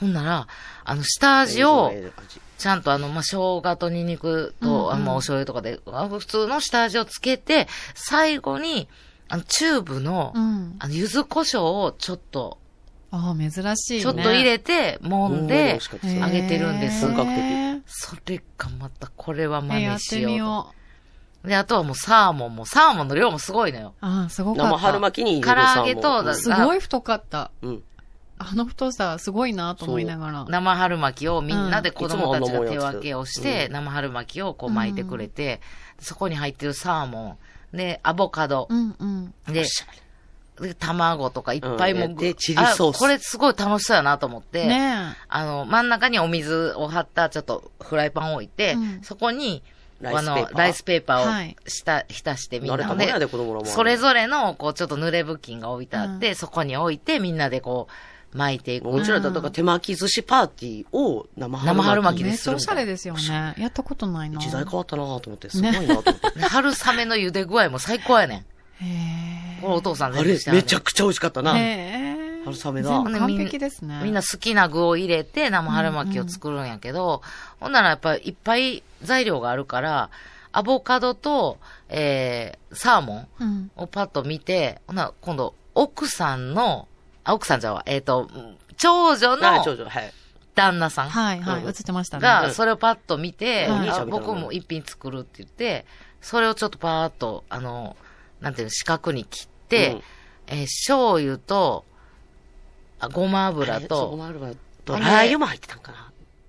[SPEAKER 4] ほんなら、あの、下味を、
[SPEAKER 3] 味
[SPEAKER 4] ちゃんとあの、まあ、生姜とニンニクと、あの、まあお醤油とかで、あ普通の下味をつけて、最後に、あの、チューブの、
[SPEAKER 6] うん。
[SPEAKER 4] あの、柚子胡椒をちょっと、
[SPEAKER 6] ああ、珍しいね。
[SPEAKER 4] ちょっと入れて、揉ん
[SPEAKER 3] うん美
[SPEAKER 4] で
[SPEAKER 3] 味しかっ、た
[SPEAKER 4] 揚げてるんです。
[SPEAKER 3] 本格的
[SPEAKER 6] えー
[SPEAKER 4] それがまた、これは真
[SPEAKER 6] えーや
[SPEAKER 4] 似
[SPEAKER 6] っ
[SPEAKER 4] してよう
[SPEAKER 6] み
[SPEAKER 4] と。
[SPEAKER 6] よう。
[SPEAKER 4] で、あとはもうサーモンも、サーモンの量もすごいのよ。
[SPEAKER 6] ああ、すごか
[SPEAKER 3] 生
[SPEAKER 6] っ
[SPEAKER 3] 春巻きに入れるサーモン。
[SPEAKER 4] 唐揚げとだ
[SPEAKER 6] た。すごい太かった。
[SPEAKER 3] うん。
[SPEAKER 6] あの太さ、すごいなと思いながら。
[SPEAKER 4] 生春巻きをみんなで子供たちが
[SPEAKER 3] うんいつもあの
[SPEAKER 4] 手分けをして、生春巻きをこう巻いてくれて、そこに入ってるサーモン、で、アボカド
[SPEAKER 6] う、んうん。
[SPEAKER 4] で、で卵とかいっぱいも
[SPEAKER 3] うん
[SPEAKER 4] う、
[SPEAKER 3] 入れてチリソース
[SPEAKER 4] あこれすごい楽しそうやなと思って、
[SPEAKER 6] ね
[SPEAKER 4] あの、真ん中にお水を張ったちょっとフライパンを置いて、
[SPEAKER 6] うん
[SPEAKER 4] そこに、
[SPEAKER 3] ライ
[SPEAKER 4] あ
[SPEAKER 3] スペー
[SPEAKER 4] の
[SPEAKER 3] パ、ー。
[SPEAKER 4] ライスペーパ
[SPEAKER 6] は
[SPEAKER 4] ー
[SPEAKER 6] い
[SPEAKER 4] をした、浸してみん
[SPEAKER 3] 慣れ
[SPEAKER 4] な
[SPEAKER 3] たもん
[SPEAKER 4] で
[SPEAKER 3] や、で、子供らも。
[SPEAKER 4] それぞれの、こう、ちょっと濡れ布巾が置いてあって、そこに置いて、みんなでこう、巻いていく。
[SPEAKER 3] うちらだとか手巻き寿司パーティーを生春巻き。
[SPEAKER 4] 生春
[SPEAKER 6] え。
[SPEAKER 4] 巻き
[SPEAKER 6] め
[SPEAKER 4] で
[SPEAKER 6] っ
[SPEAKER 4] す
[SPEAKER 6] ちゃおしゃれですよね。やったことないな。
[SPEAKER 3] 時代変わったなぁと思って、すごいなぁと思って。
[SPEAKER 4] 春雨の茹で具合も最高やねん。
[SPEAKER 6] へ
[SPEAKER 4] これお父さん
[SPEAKER 3] あ
[SPEAKER 4] 全
[SPEAKER 3] れ
[SPEAKER 4] 部して、は
[SPEAKER 3] め
[SPEAKER 4] る
[SPEAKER 3] ちゃくちゃ美味しかった
[SPEAKER 6] え。
[SPEAKER 3] な。
[SPEAKER 6] へえ。
[SPEAKER 3] 春雨だ
[SPEAKER 6] 全部完璧ですね。
[SPEAKER 4] みんな好きな具を入れて生春巻きを作るんやけど、ほんならやっぱりいっぱい材料があるから、アボカドと、えー、サーモン
[SPEAKER 6] うん。
[SPEAKER 4] をパッと見て、ほな、今度、奥さんの、あ、奥さんじゃわ、えっ、と、長女
[SPEAKER 3] はい、長
[SPEAKER 4] の
[SPEAKER 3] 女、はい。
[SPEAKER 4] 旦那さん
[SPEAKER 6] はいはい。
[SPEAKER 3] うん
[SPEAKER 6] 映ってましたね。
[SPEAKER 4] が、それをパッと見て、
[SPEAKER 6] うん
[SPEAKER 4] あ僕も一品作るって言って、それをちょっとパーッと、あの、なんていうの、四角に切って、えー醤油と、あごま
[SPEAKER 3] うん、
[SPEAKER 4] 油
[SPEAKER 3] あれそうご
[SPEAKER 4] と、
[SPEAKER 3] ま油と、ラー油も入ってたんか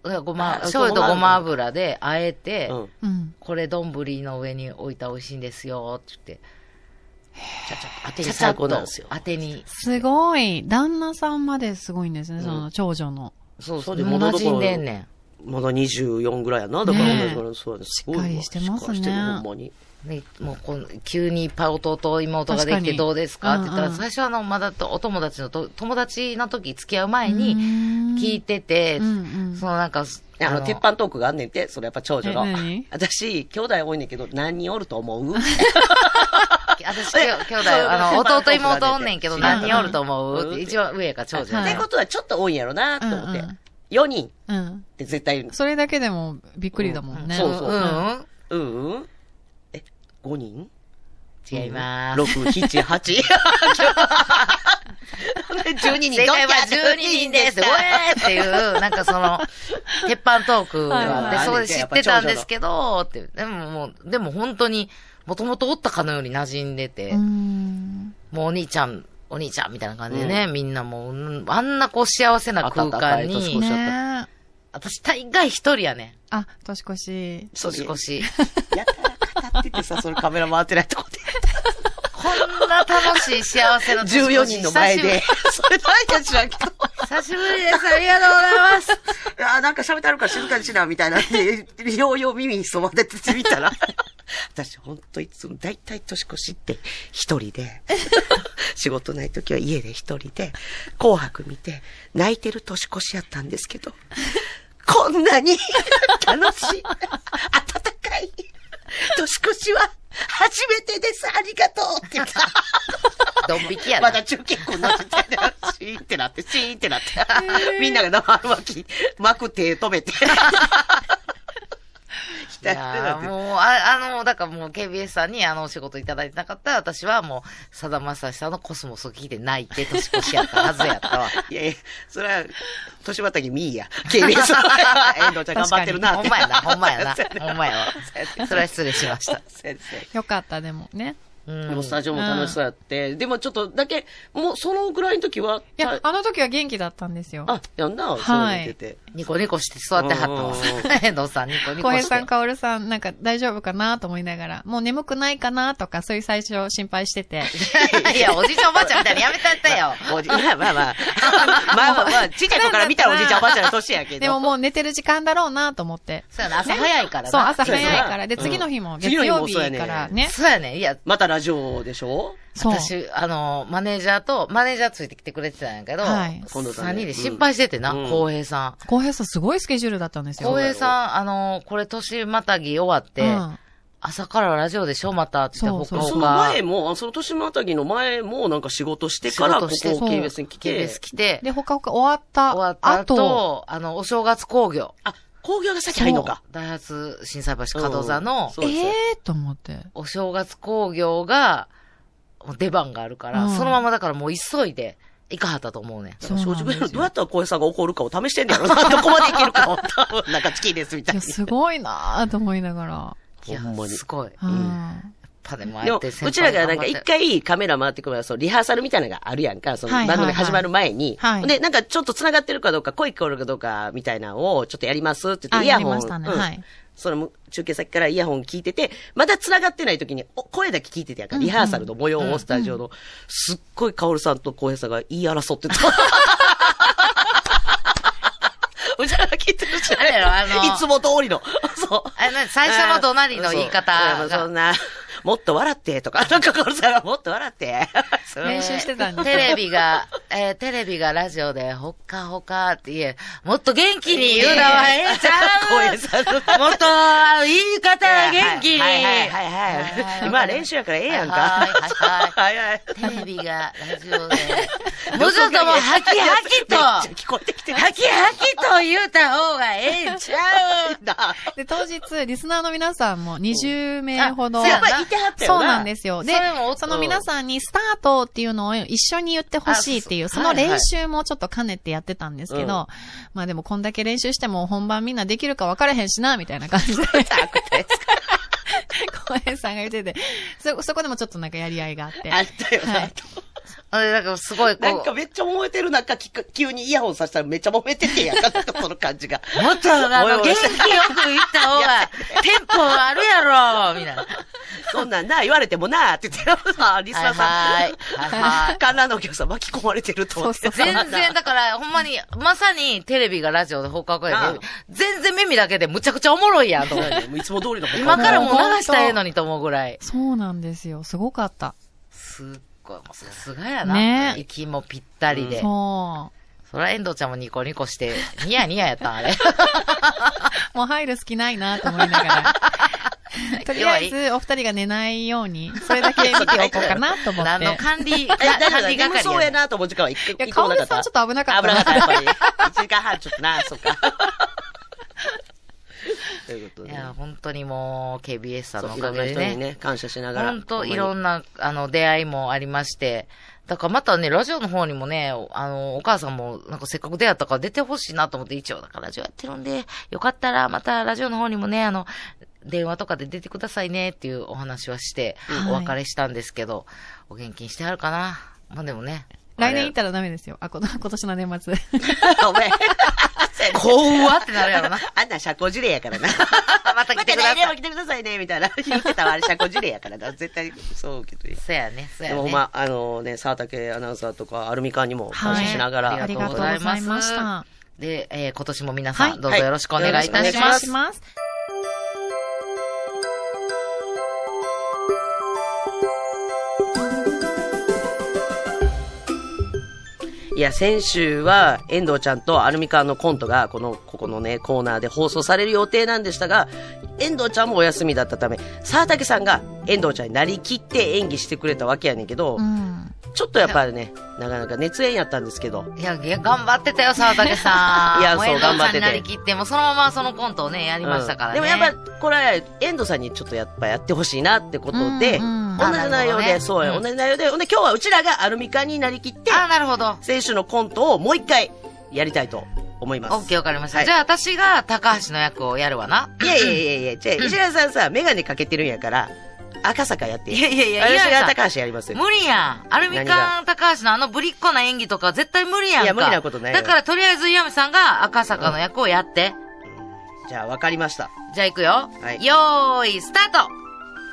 [SPEAKER 3] な。
[SPEAKER 4] ごま
[SPEAKER 3] あ、
[SPEAKER 4] 醤油とごま油で和えて、
[SPEAKER 3] うん。
[SPEAKER 6] うん。
[SPEAKER 4] これ丼の上に置いたら美味しいんですよ、って言って、
[SPEAKER 3] ちゃちゃ、当て
[SPEAKER 4] ち
[SPEAKER 3] に
[SPEAKER 4] ゃちゃ
[SPEAKER 3] 最
[SPEAKER 4] っと
[SPEAKER 3] 高なんですよ。
[SPEAKER 4] 当てに、
[SPEAKER 6] すごい。旦那さんまですごいんですね、その長女の。
[SPEAKER 4] そうそ
[SPEAKER 3] そう
[SPEAKER 4] う、
[SPEAKER 3] で
[SPEAKER 4] もう馴染んでんねん。
[SPEAKER 3] まだ24ぐらいやな。だから同じぐらいの、そうやね。すごいわ。
[SPEAKER 6] しっかりしてますね
[SPEAKER 3] しっかりしてるほんまに。
[SPEAKER 4] でもうこの急にいっぱい弟と妹ができ
[SPEAKER 6] 確か
[SPEAKER 4] て
[SPEAKER 6] に
[SPEAKER 4] どうですかって言ったら、
[SPEAKER 6] うんうん
[SPEAKER 4] 最初はあの、まだとお友達のと、友達の時付き合う前
[SPEAKER 6] う
[SPEAKER 4] に
[SPEAKER 6] ん
[SPEAKER 4] 聞いてて、
[SPEAKER 6] うんうん
[SPEAKER 4] そのなんか、
[SPEAKER 3] あの、鉄。板トークがあんねんて、それやっぱ長女の
[SPEAKER 6] え何。
[SPEAKER 3] 私、兄弟多いねんけど、何人おると思
[SPEAKER 6] <laughs>
[SPEAKER 3] う
[SPEAKER 4] 私、
[SPEAKER 3] え <laughs>
[SPEAKER 4] 兄弟、
[SPEAKER 3] そう
[SPEAKER 4] あの、
[SPEAKER 3] 鉄板トークが出
[SPEAKER 4] 弟
[SPEAKER 3] て
[SPEAKER 4] 妹おんねんけど
[SPEAKER 3] うん
[SPEAKER 4] 何人おると思う、
[SPEAKER 3] うん
[SPEAKER 4] って一番上やから長女や
[SPEAKER 3] っ
[SPEAKER 4] か
[SPEAKER 3] て
[SPEAKER 4] ら
[SPEAKER 3] ことはちょっと多いんやろな、と思っ
[SPEAKER 6] う
[SPEAKER 3] て
[SPEAKER 6] ん。
[SPEAKER 3] 4人っ
[SPEAKER 6] うん。
[SPEAKER 3] て絶対言う
[SPEAKER 6] それだけでもびっくりだもんね。
[SPEAKER 3] そうそう
[SPEAKER 4] うんうん
[SPEAKER 3] の。うんうんえ、5人
[SPEAKER 4] 違います。
[SPEAKER 3] 6、7、8。12人
[SPEAKER 4] 正解は12人です。ウェーって <laughs> いう、なんかその、鉄板トークがあって、
[SPEAKER 3] はい
[SPEAKER 4] そ
[SPEAKER 3] は
[SPEAKER 4] う
[SPEAKER 3] い
[SPEAKER 4] 知ってたんですけど、って、でももう、でも本当に、もともとおったかのように馴染んでて、
[SPEAKER 6] うん。
[SPEAKER 4] もうお兄ちゃん、お兄ちゃんみたいな感じでね、みんなもううん、あんなこう幸せな空間
[SPEAKER 3] 暖かい年
[SPEAKER 4] に
[SPEAKER 3] 越、しだっ
[SPEAKER 6] ねえ。
[SPEAKER 4] 私大概一人やね
[SPEAKER 6] あ、年越し。
[SPEAKER 4] ん。年越し。
[SPEAKER 3] やたら語っててさ、それカメラ回ってないとこ <laughs> で。
[SPEAKER 4] こんな楽しい幸せ <laughs> な年越し。
[SPEAKER 3] 14人の前で。 <laughs> それ何か知らんけど。
[SPEAKER 4] 久しぶり。久しぶりです。ありがとうございま
[SPEAKER 3] <laughs>
[SPEAKER 4] す。
[SPEAKER 3] あ、なんか喋ってあるから静かにしな、みたいな。で、ようよう耳にそばでてみたら。 <laughs> 私、ほんといつも、だいたい年越しって、一人 <laughs> で、仕事ない時は家で一人で、紅白見て、泣いてる年越しやったんですけど、こんなに <laughs> 楽しい、暖かい、年越しは初めてです、ありがとうって言った。
[SPEAKER 4] ドン引きや
[SPEAKER 3] ま
[SPEAKER 4] な。
[SPEAKER 3] だ中継こんな時点で、シーンってなって、シーンってなって、みんなが生春巻き、巻く手止めて。
[SPEAKER 4] いやーもう、あ、あの、だからもう KBS さんにあのお仕事いただいてなかったら、私はもう、さだまさしさんのコスモスを聞いて泣いて年越しやったはずやったわ。
[SPEAKER 3] いやいや、それは、年またぎみーや。KBS の。遠藤ちゃん頑張ってるなっ
[SPEAKER 4] ほん
[SPEAKER 3] て。
[SPEAKER 4] まやな、ほんまやな、
[SPEAKER 3] そうやね
[SPEAKER 4] ほんまやわ。それは失礼しました。
[SPEAKER 3] 先生。
[SPEAKER 6] よかった、でもね。
[SPEAKER 4] うん
[SPEAKER 3] でもスタジオも楽しそうやって、でもちょっとだけ、もうそのぐらいの時は、
[SPEAKER 6] いや、あの時は元気だったんですよ。
[SPEAKER 3] あ、やんな、
[SPEAKER 6] い
[SPEAKER 3] そういうの出て。
[SPEAKER 4] ニコニコして座ってはった
[SPEAKER 3] う
[SPEAKER 4] わ
[SPEAKER 3] ん。
[SPEAKER 4] 遠藤さん、ニコニ
[SPEAKER 6] 浩
[SPEAKER 4] コ
[SPEAKER 6] 平
[SPEAKER 4] して
[SPEAKER 6] さん、。薫さん、なんか大丈夫かなと思いながら、もう眠くないかなとか、そういう最初心配してて。
[SPEAKER 4] いや、おじいちゃんおばあちゃんみたいにやめたったよ。
[SPEAKER 3] おじ、まあ
[SPEAKER 4] <laughs>
[SPEAKER 3] まあまあ。まあまあまあ、ちっちゃい子から見たらおじいちゃんおばあちゃんの年やけど。
[SPEAKER 6] でももう寝てる時間だろうなと思って。
[SPEAKER 4] そうやな、朝早いからな。
[SPEAKER 6] そう、朝早
[SPEAKER 3] そう
[SPEAKER 6] い
[SPEAKER 3] や
[SPEAKER 6] か
[SPEAKER 3] な
[SPEAKER 6] ら。で、
[SPEAKER 3] うん
[SPEAKER 6] 次の日も月
[SPEAKER 3] 次の日
[SPEAKER 6] 曜
[SPEAKER 3] も
[SPEAKER 6] 日
[SPEAKER 3] そうやね
[SPEAKER 6] からね。
[SPEAKER 4] そうやね。いや、
[SPEAKER 3] またラジオでしょ
[SPEAKER 6] そう。
[SPEAKER 4] 私、あの、マネージャーと、マネージャーついてきてくれてたんやけど、
[SPEAKER 6] はい
[SPEAKER 3] 今度だね
[SPEAKER 4] 3人で心配しててな、
[SPEAKER 3] うん
[SPEAKER 4] 浩平さん。
[SPEAKER 6] 浩平さんすごいスケジュールだったんですよ。
[SPEAKER 4] 浩平さん、あの、これ年またぎ終わって、
[SPEAKER 6] うん
[SPEAKER 4] 朝からラジオでしょ、またって、
[SPEAKER 6] そう
[SPEAKER 4] ほか
[SPEAKER 6] そう
[SPEAKER 4] ほ
[SPEAKER 3] その
[SPEAKER 4] か
[SPEAKER 3] 前。も、あその年またぎの前もなんか仕事してから、ここ
[SPEAKER 4] 仕事して
[SPEAKER 6] そう
[SPEAKER 3] KBS に来て
[SPEAKER 4] KBS。来て、
[SPEAKER 6] で、ほかほか終わった
[SPEAKER 4] 終わった
[SPEAKER 6] 後、
[SPEAKER 4] 後、あの、お正月工業、
[SPEAKER 3] あ、工業が先入んのか。
[SPEAKER 4] ダイハツ震災橋角座の、
[SPEAKER 3] そうです
[SPEAKER 6] え
[SPEAKER 3] よ
[SPEAKER 6] えー、と思って。
[SPEAKER 4] お正月工業が、出番があるから、
[SPEAKER 6] うん
[SPEAKER 4] そのままだからもう急いで、行かはったと思うねん。
[SPEAKER 6] そうなん
[SPEAKER 3] 正
[SPEAKER 6] ですよ
[SPEAKER 3] 直 <laughs> どうやったら小平さんが怒るかを試してんだろうな。どこまでいけるかを。多分なんかチキンですみた
[SPEAKER 6] い
[SPEAKER 3] い
[SPEAKER 6] や、
[SPEAKER 3] に。
[SPEAKER 6] すごいなぁと思いながら。
[SPEAKER 4] いや
[SPEAKER 3] ほんまに
[SPEAKER 4] すごい。やっ
[SPEAKER 5] うん
[SPEAKER 4] ぱでもああ
[SPEAKER 3] で
[SPEAKER 4] や
[SPEAKER 3] も、
[SPEAKER 4] って先
[SPEAKER 3] うち
[SPEAKER 4] 輩
[SPEAKER 3] ら
[SPEAKER 4] が
[SPEAKER 3] が
[SPEAKER 4] 頑張
[SPEAKER 3] な
[SPEAKER 4] っ
[SPEAKER 3] んか
[SPEAKER 4] て
[SPEAKER 3] 一回カメラ回ってくるから、そのリハーサルみたいなのがあるやんか、その
[SPEAKER 5] はい
[SPEAKER 3] 番組始まる前に。
[SPEAKER 5] はいはいはい
[SPEAKER 3] で、なんかちょっと繋がってるかどうか、声聞こえるかどうかみたいなのをちょっとやりますって
[SPEAKER 5] あ、
[SPEAKER 3] 言って、イヤ
[SPEAKER 5] やり
[SPEAKER 3] ホン。
[SPEAKER 5] ましたね。
[SPEAKER 3] うん
[SPEAKER 5] はい。
[SPEAKER 3] その中継先からイヤホン聞いてて、まだ繋がってない時に、お声だけ聞いててやんか、リハーサルの模様をスタジオの、すっごいカオルさんと浩平さんが言い争
[SPEAKER 4] <laughs>
[SPEAKER 3] ってた。うちらが聞いてるじゃん。
[SPEAKER 4] あれやろあの
[SPEAKER 3] いつも通りの。そう。
[SPEAKER 4] あな最初の怒鳴りの言い
[SPEAKER 3] あ
[SPEAKER 4] 方
[SPEAKER 3] ーそうあーそん
[SPEAKER 4] が。
[SPEAKER 3] な、もっと笑ってとか、なんかカオルさんがもっと笑って。そう
[SPEAKER 6] 練習してたんで
[SPEAKER 4] テレビが、えーテレビがラジオで、ほっかほかって言え、もっと元気に言うなはええんちゃ
[SPEAKER 3] 浩
[SPEAKER 4] う
[SPEAKER 3] 平さんの。
[SPEAKER 4] もっと、言い方元気に。
[SPEAKER 3] はいはいはいはいはい。まあ練習やからええやんか。
[SPEAKER 4] はいはいは
[SPEAKER 3] <laughs> はいはい。
[SPEAKER 4] テレビがラ <laughs> ジオで、もうちょっともう、はきはき <laughs> と、は
[SPEAKER 3] 聞こえてきて
[SPEAKER 4] きはきと言うた方がええんちゃう。
[SPEAKER 3] だ。
[SPEAKER 6] で、当日、リスナーの皆さんも20名ほど。
[SPEAKER 4] あそうやっぱ
[SPEAKER 3] いてはったよな
[SPEAKER 6] そうなんですよ。で
[SPEAKER 4] それもおっ、と
[SPEAKER 6] その皆さんにスタートっていうのを一緒に言ってほしいっていう、
[SPEAKER 4] あ
[SPEAKER 6] そ
[SPEAKER 4] そう
[SPEAKER 6] の練習もちょっと兼ねてやってたんですけ
[SPEAKER 3] う
[SPEAKER 6] ど、
[SPEAKER 3] ん
[SPEAKER 6] まあでもこんだけ練習しても本番みんなできるか分からへんしな、みたいな感じで。小平さんが言ってて、そ、そこでもちょっとなんかやり合いがあって。
[SPEAKER 3] あったよな。
[SPEAKER 6] はい
[SPEAKER 4] あれ <laughs> なんかすごいこう、
[SPEAKER 3] な
[SPEAKER 4] も
[SPEAKER 3] ん
[SPEAKER 4] っ
[SPEAKER 3] か
[SPEAKER 4] と
[SPEAKER 3] めっちゃ揉めてる中、き急にイヤホンさせたらめっちゃ揉めててやんか、なんかその感じが。
[SPEAKER 4] あの
[SPEAKER 3] おいおい
[SPEAKER 4] 元気よく言った <laughs> 方が、テンポあるやろ、みたいな。
[SPEAKER 3] そんなんな、言われてもな、って言って、あリスナー
[SPEAKER 4] は
[SPEAKER 3] さん、
[SPEAKER 4] いはいはいはい
[SPEAKER 3] 観覧のお客さん巻き込まれてると思って。
[SPEAKER 4] 全然、だから、ほんまに、まさにテレビがラジオで放課後や
[SPEAKER 3] う
[SPEAKER 4] で
[SPEAKER 3] ん、
[SPEAKER 4] 全然耳だけでむちゃくちゃおもろいやんと
[SPEAKER 3] そ
[SPEAKER 4] 思
[SPEAKER 3] う <laughs>
[SPEAKER 4] っ
[SPEAKER 3] や
[SPEAKER 4] て。
[SPEAKER 3] ねもういつも通りの
[SPEAKER 4] 今からもう流したらええ
[SPEAKER 6] 本
[SPEAKER 4] のにと思うぐらい。
[SPEAKER 6] そうなんですよ。すごかった。
[SPEAKER 4] すっごい、もうさすがやな。
[SPEAKER 6] ね
[SPEAKER 4] 息もぴったりで。
[SPEAKER 6] そう。
[SPEAKER 4] そら、遠藤ちゃんもニコニコして、ニヤニヤやったん、あれ。
[SPEAKER 6] もう入る隙ないなと思いながら。とりあえず、お二人が寝ないように、それだけ見ておこうかなと思
[SPEAKER 4] <laughs>
[SPEAKER 6] っ
[SPEAKER 4] 何
[SPEAKER 6] て
[SPEAKER 4] の。管理、
[SPEAKER 3] え、大丈夫
[SPEAKER 4] 管
[SPEAKER 3] だ。
[SPEAKER 4] 理
[SPEAKER 3] 眠
[SPEAKER 4] 係
[SPEAKER 3] そうや
[SPEAKER 4] やね
[SPEAKER 3] なと思う時間は一回
[SPEAKER 6] いや、
[SPEAKER 3] 一個
[SPEAKER 6] 顔
[SPEAKER 3] もなかっ
[SPEAKER 6] でさ
[SPEAKER 3] た。
[SPEAKER 6] んちょっと危なかった。
[SPEAKER 3] 危なかった、やっぱり。1時間半ちょっとな、そっか。ということ
[SPEAKER 4] い
[SPEAKER 3] で。
[SPEAKER 4] や、本当にもう、KBS さんの
[SPEAKER 3] そう
[SPEAKER 4] お
[SPEAKER 3] いろ
[SPEAKER 4] か
[SPEAKER 3] んな
[SPEAKER 4] げ
[SPEAKER 3] 人
[SPEAKER 4] で
[SPEAKER 3] に
[SPEAKER 4] ね。
[SPEAKER 3] ね、感謝しながら。
[SPEAKER 4] 本当いろ
[SPEAKER 3] な。
[SPEAKER 4] んな、あの、出会いもありまして。だからまたね、ラジオの方にもね、おあの、お母さんも、なんかせっかく出会ったから出てほしいなと思って、一応、だからラジオやってるんで、よかったら、またラジオの方にもね、あの、電話とかで出てくださいねっていうお話はして、
[SPEAKER 6] うん
[SPEAKER 4] お別れしたんですけど、お元気にしてはるかな。まあでもね。
[SPEAKER 6] 来年行ったらダメですよ。あ、この、今年の年末。
[SPEAKER 3] ごめん。
[SPEAKER 4] <laughs> 怖ってなるやろな。
[SPEAKER 3] <laughs> あんなん社交辞令やからな。
[SPEAKER 4] <laughs> また来
[SPEAKER 3] ま
[SPEAKER 4] て
[SPEAKER 3] た
[SPEAKER 4] くだ
[SPEAKER 3] 来年
[SPEAKER 4] さい。
[SPEAKER 3] も来てくださいね、みたいな。言ってたわ、あれ社交辞令やから
[SPEAKER 4] <laughs>
[SPEAKER 3] な。絶対、そう受け取り。
[SPEAKER 4] そうやね、そう
[SPEAKER 3] で
[SPEAKER 4] や
[SPEAKER 3] もほん
[SPEAKER 4] ね。
[SPEAKER 3] ま、あのね、沢竹アナウンサーとか、アルミカンにも感謝しながら。
[SPEAKER 4] はい
[SPEAKER 6] ありがとうございました。
[SPEAKER 4] で、えー今年も皆さん、
[SPEAKER 6] はい
[SPEAKER 4] どうぞよろしくお願いいたし
[SPEAKER 3] は
[SPEAKER 4] ま
[SPEAKER 3] よろ
[SPEAKER 4] す
[SPEAKER 3] く。
[SPEAKER 6] ます。
[SPEAKER 3] いや、先週は、遠藤ちゃんとアルミカンのコントが、この、ここのね、コーナーで放送される予定なんでしたが、遠藤ちゃんもお休みだったため、沢竹さんが遠藤ちゃんになりきって演技してくれたわけやねんけど、
[SPEAKER 6] うん。
[SPEAKER 3] ちょっとやっぱりね、なかなか熱演やったんですけど、
[SPEAKER 4] いや、いや頑張ってたよ、沢竹さ
[SPEAKER 3] <laughs>
[SPEAKER 4] ん。
[SPEAKER 3] いや
[SPEAKER 4] も
[SPEAKER 3] そう
[SPEAKER 4] 遠藤ちゃ
[SPEAKER 3] 頑
[SPEAKER 4] ん
[SPEAKER 3] 張ってて
[SPEAKER 4] になりきって、もうそのままそのコントをね、やりましたからね。
[SPEAKER 3] うんでもやっぱ、これは、遠藤さんにちょっとやっぱやってほしいなってことで、
[SPEAKER 6] うんうん
[SPEAKER 3] 同じ内容
[SPEAKER 4] あなるほど
[SPEAKER 3] で、
[SPEAKER 4] ね
[SPEAKER 3] そうや、
[SPEAKER 4] うん
[SPEAKER 3] 同じ内容で、ほんで今日はうちらがアルミカンになりきって、
[SPEAKER 4] あ、なるほど。
[SPEAKER 3] 選手のコントをもう一回やりたいと思います。
[SPEAKER 4] オッケーわかりました。
[SPEAKER 3] はい
[SPEAKER 4] じゃあ私が高橋の役をやるわな。
[SPEAKER 3] いやいやいやいや、じゃあ、石原さんさ、メガネかけてるんやから、赤坂やって。
[SPEAKER 4] いやいやいや
[SPEAKER 3] 私
[SPEAKER 4] いや
[SPEAKER 3] が高橋やりますよ。
[SPEAKER 4] 無理やん。アルミ
[SPEAKER 3] 何
[SPEAKER 4] カン高橋のあのぶりっ子な演技とか絶対無理やんか。
[SPEAKER 3] いや無理なことないよ
[SPEAKER 4] だからとりあえず岩見さんが赤坂の役をやって。
[SPEAKER 3] じゃあ、わかりました。
[SPEAKER 4] じゃあ行くよ。
[SPEAKER 3] はい
[SPEAKER 4] よーい、スタート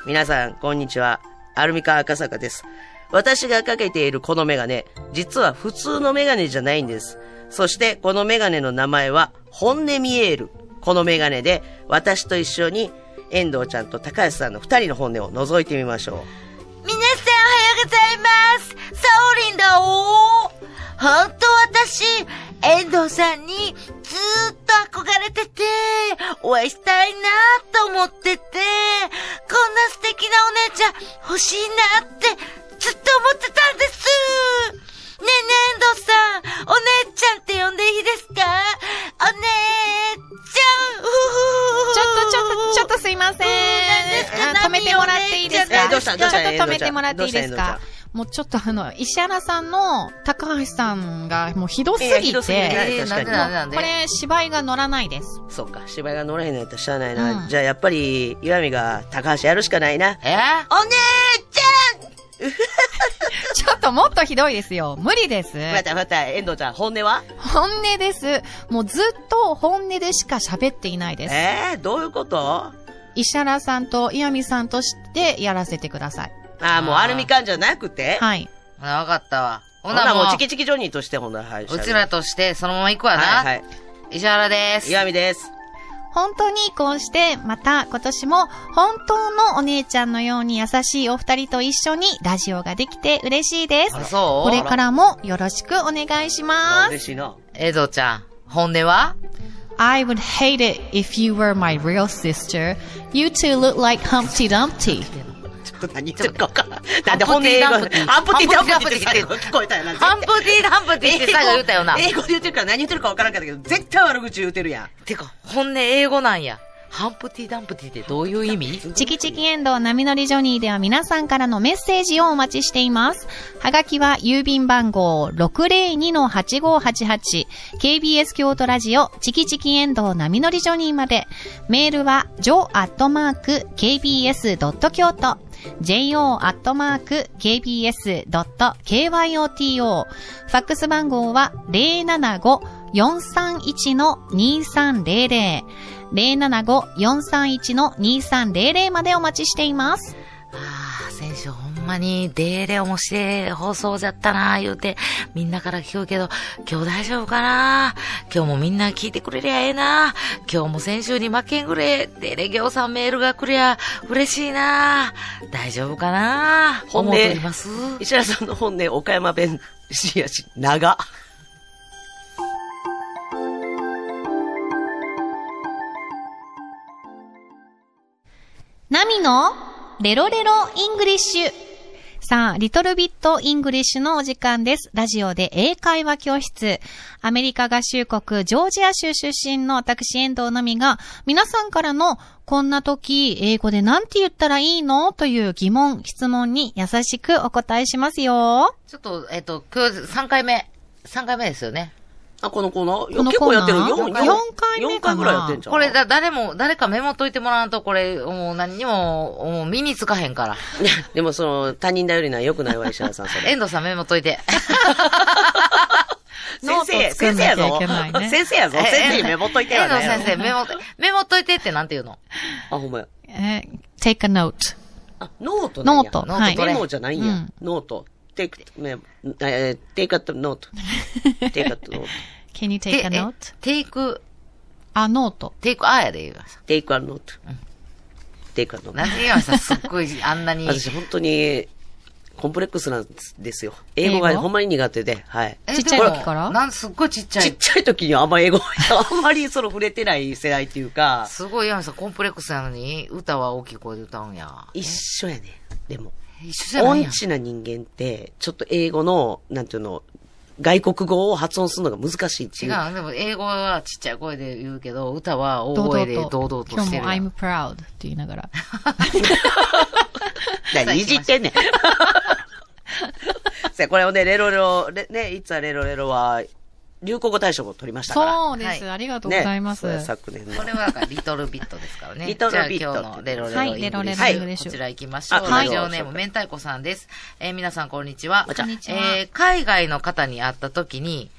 [SPEAKER 3] 皆さん、こんにちは。アルミカン赤坂です。私がかけているこのメガネ、実は普通のメガネじゃないんです。そして、このメガネの名前は、本音見える。このメガネで、私と一緒に、遠藤ちゃんと高橋さんの二人の本音を覗いてみましょ
[SPEAKER 1] 皆さんおはようございますサオリンだおーほんと私、遠藤さんにずーっと憧れてて、お会いしたいなと思ってて、こんな素敵なお姉ちゃん欲しいなってずっと思ってたんですねえねえ遠藤さん、お姉ちゃんって呼んでいいですかお姉ちゃん
[SPEAKER 6] ちょっと、ちょっと、ちょっとすいません。
[SPEAKER 1] 何ですか
[SPEAKER 6] あ止めてもらっていいです
[SPEAKER 3] え
[SPEAKER 6] か
[SPEAKER 3] ーどうしたどうした
[SPEAKER 6] ちょっと止めてもらっていいです
[SPEAKER 3] どうした
[SPEAKER 6] かもうちょっとあの、石原さんの高橋さんがもうひどす
[SPEAKER 3] いや
[SPEAKER 6] ぎ
[SPEAKER 3] ひどすぎる
[SPEAKER 6] て、
[SPEAKER 3] ね
[SPEAKER 4] えー、なん
[SPEAKER 3] 確
[SPEAKER 4] で
[SPEAKER 3] かに
[SPEAKER 4] なんでなんで
[SPEAKER 6] これ芝居が乗らないです。
[SPEAKER 3] そうか、芝居が乗れへんのやったらしゃあないな。
[SPEAKER 6] うん
[SPEAKER 3] じゃあやっぱり、岩見が高橋やるしかないな。
[SPEAKER 4] えー
[SPEAKER 1] お姉ち
[SPEAKER 6] ちょっともっとひどいですよ。無理です。
[SPEAKER 3] またまた、遠藤ちゃん、本音は
[SPEAKER 6] 本音です。もうずっと本音でしか喋っていないです。
[SPEAKER 3] ええどういうことあ
[SPEAKER 6] 石原さんと岩見さんとしてやらせてください。
[SPEAKER 3] あ、もう
[SPEAKER 4] あー
[SPEAKER 3] アルミ缶じゃなくて
[SPEAKER 6] はい。
[SPEAKER 4] ほなわかったわ。ほ
[SPEAKER 3] ほ
[SPEAKER 4] な
[SPEAKER 3] な
[SPEAKER 4] も
[SPEAKER 3] もう、
[SPEAKER 4] う
[SPEAKER 3] チキチキジョニーとして、ほな、はい。
[SPEAKER 4] うちらとしてそのまま行くわな。
[SPEAKER 3] はいはい。
[SPEAKER 4] 石原です。
[SPEAKER 3] 岩見です。
[SPEAKER 5] 本当にこうして、また今年も本当のお姉ちゃんのように優しいお二人と一緒にラジオができて嬉しいです。
[SPEAKER 4] あ、そう
[SPEAKER 5] これからもよろしくお願いします。
[SPEAKER 3] 嬉しいな。
[SPEAKER 4] エドちゃん、本音は
[SPEAKER 6] I would hate it if you were my real sister. You two look like Humpty Dumpty.
[SPEAKER 3] ちょっと何言ってるか分からん。なんで本音英語
[SPEAKER 4] ハンプティ
[SPEAKER 3] ハンプティ
[SPEAKER 4] ダ
[SPEAKER 3] ダ
[SPEAKER 4] ン
[SPEAKER 3] ン
[SPEAKER 4] プ
[SPEAKER 3] プ
[SPEAKER 4] テ
[SPEAKER 3] ティって
[SPEAKER 4] ィ
[SPEAKER 3] 最後聞こえたよな。
[SPEAKER 4] ハンプティダンプティって最後言うたよな。
[SPEAKER 3] 英語で言ってるから何言ってるか分からんかったけど、絶対悪口言うてるやん。
[SPEAKER 4] てか、本音英語なんや。ハンプティダンプティってどういう意味
[SPEAKER 5] チキチキエンド波乗りジョニーでは皆さんからのメッセージをお待ちしています。はがきは郵便番号 602-8588KBS 京都ラジオチキチキエンド波乗りジョニーまで。メールは jo.kbs.kyoto jo.kbs.kyoto ファックス番号は075-431-2300 075-431-2300までお待ちしています。
[SPEAKER 4] ああ、先週ほんまにデーレ面白い放送じゃったな言うて、みんなから聞くけど、今日大丈夫かな今日もみんな聞いてくれりゃええな今日も先週に負けんぐれ、デーレ行さんメールが来りゃ嬉しいな大丈夫かな
[SPEAKER 3] 本音
[SPEAKER 4] 思うとります
[SPEAKER 3] 石原さんの本音、岡山弁、しやし、長。
[SPEAKER 5] ナミのレロレロイングリッシュ。さあ、リトルビットイングリッシュのお時間です。ラジオで英会話教室。アメリカ合衆国ジョージア州出身の私遠藤のみが、皆さんからのこんな時英語でなんて言ったらいいのという疑問、質問に優しくお答えしますよ。
[SPEAKER 4] ちょっと、えっと、今日3回目、3回目ですよね。
[SPEAKER 3] あ、このコーナーいや
[SPEAKER 6] この
[SPEAKER 3] 結
[SPEAKER 6] コ
[SPEAKER 3] 構
[SPEAKER 6] ーナ
[SPEAKER 3] や
[SPEAKER 6] ー
[SPEAKER 3] ってる。
[SPEAKER 6] 四
[SPEAKER 3] 4
[SPEAKER 6] 回四回目か
[SPEAKER 3] 回
[SPEAKER 6] な
[SPEAKER 3] ぐらいやってんじゃん。
[SPEAKER 4] これだ、誰も、誰かメモっといてもらわんと、これ、もう何にも、もう身につかへ
[SPEAKER 3] <laughs>
[SPEAKER 4] んから。
[SPEAKER 3] いやでもその、他人頼りない良くないわ、石原さん、それ。
[SPEAKER 4] 遠藤さんメモっといて。
[SPEAKER 3] 先生、先生やぞ。先生やぞ。先生にメモっといて
[SPEAKER 4] 遠
[SPEAKER 3] よ
[SPEAKER 4] 藤先
[SPEAKER 3] ね。
[SPEAKER 4] 生、メモ、メモっといてってなんて言うの
[SPEAKER 3] あ、ほんまや。
[SPEAKER 6] えー take a note.
[SPEAKER 3] あ、ノートなん
[SPEAKER 5] ノ
[SPEAKER 3] や
[SPEAKER 5] ート。
[SPEAKER 4] ノート
[SPEAKER 5] はい
[SPEAKER 4] ど。れ
[SPEAKER 3] メモじゃないん
[SPEAKER 6] う
[SPEAKER 3] や
[SPEAKER 6] ん。
[SPEAKER 3] ノート。テイク、メモ、えー、テイクアットノート。テイクアットノート。
[SPEAKER 6] Can you take a note?
[SPEAKER 4] テイク、
[SPEAKER 6] あ、ノート。
[SPEAKER 4] テイク、あーやで言いました。
[SPEAKER 3] テイクアットノート。テイクアットノー
[SPEAKER 4] なんて言いました <laughs> すっごい、あんなに
[SPEAKER 3] ト。。私、本当に、コンプレックスなんですよ。英語
[SPEAKER 6] 英
[SPEAKER 3] が
[SPEAKER 6] 語
[SPEAKER 3] ほんまに苦手で、はい。
[SPEAKER 4] え
[SPEAKER 6] ちっちゃい
[SPEAKER 4] でも
[SPEAKER 6] 時から
[SPEAKER 4] なんすっごいちっちゃ
[SPEAKER 3] ちっ
[SPEAKER 4] い。
[SPEAKER 3] ちゃい時にはあんま英語、あんまりその触れてない世代っていうか、
[SPEAKER 4] すごい、山さん、コンプレックスなのに、歌は大きい声で歌うんや。
[SPEAKER 3] 一緒やね。でも。
[SPEAKER 4] 一緒じゃな
[SPEAKER 3] 音
[SPEAKER 4] い
[SPEAKER 3] 痴
[SPEAKER 4] やん。
[SPEAKER 3] な人間って、ちょっと英語の、なんていうの、外国語を発音するのが難しいって
[SPEAKER 4] 違
[SPEAKER 3] いう。
[SPEAKER 4] う、でも英語はちっちゃい声で言うけど、歌は大
[SPEAKER 6] 堂々
[SPEAKER 4] 声
[SPEAKER 6] と。
[SPEAKER 4] で堂々と
[SPEAKER 6] 今
[SPEAKER 4] して
[SPEAKER 6] 日
[SPEAKER 4] る
[SPEAKER 6] も
[SPEAKER 4] やん
[SPEAKER 6] I'm proud って言いながら。
[SPEAKER 3] 何いじってんねん。 <laughs> さあこれをね、レロレロ、レね、いつはレロレロは、流行語大賞を取りましたから。
[SPEAKER 6] そうです、
[SPEAKER 4] は
[SPEAKER 6] ありがとう
[SPEAKER 3] ね
[SPEAKER 6] ございます。
[SPEAKER 3] そうや昨年の。
[SPEAKER 4] これはだからリトルビットですからね。
[SPEAKER 3] リトルビット
[SPEAKER 4] じゃあ今日のレロレロ
[SPEAKER 6] は
[SPEAKER 4] イング
[SPEAKER 6] い
[SPEAKER 4] リッシュ。
[SPEAKER 6] レロレ
[SPEAKER 4] は
[SPEAKER 6] ロイングリ
[SPEAKER 4] い、
[SPEAKER 6] ッシュ
[SPEAKER 4] こちら行きましょう。
[SPEAKER 3] あ
[SPEAKER 4] ラ
[SPEAKER 3] はい
[SPEAKER 4] ジオネーム、明太子さんです。えー皆さんこんにちは。
[SPEAKER 3] こん
[SPEAKER 6] にちは
[SPEAKER 4] えー海外の方に会った時に、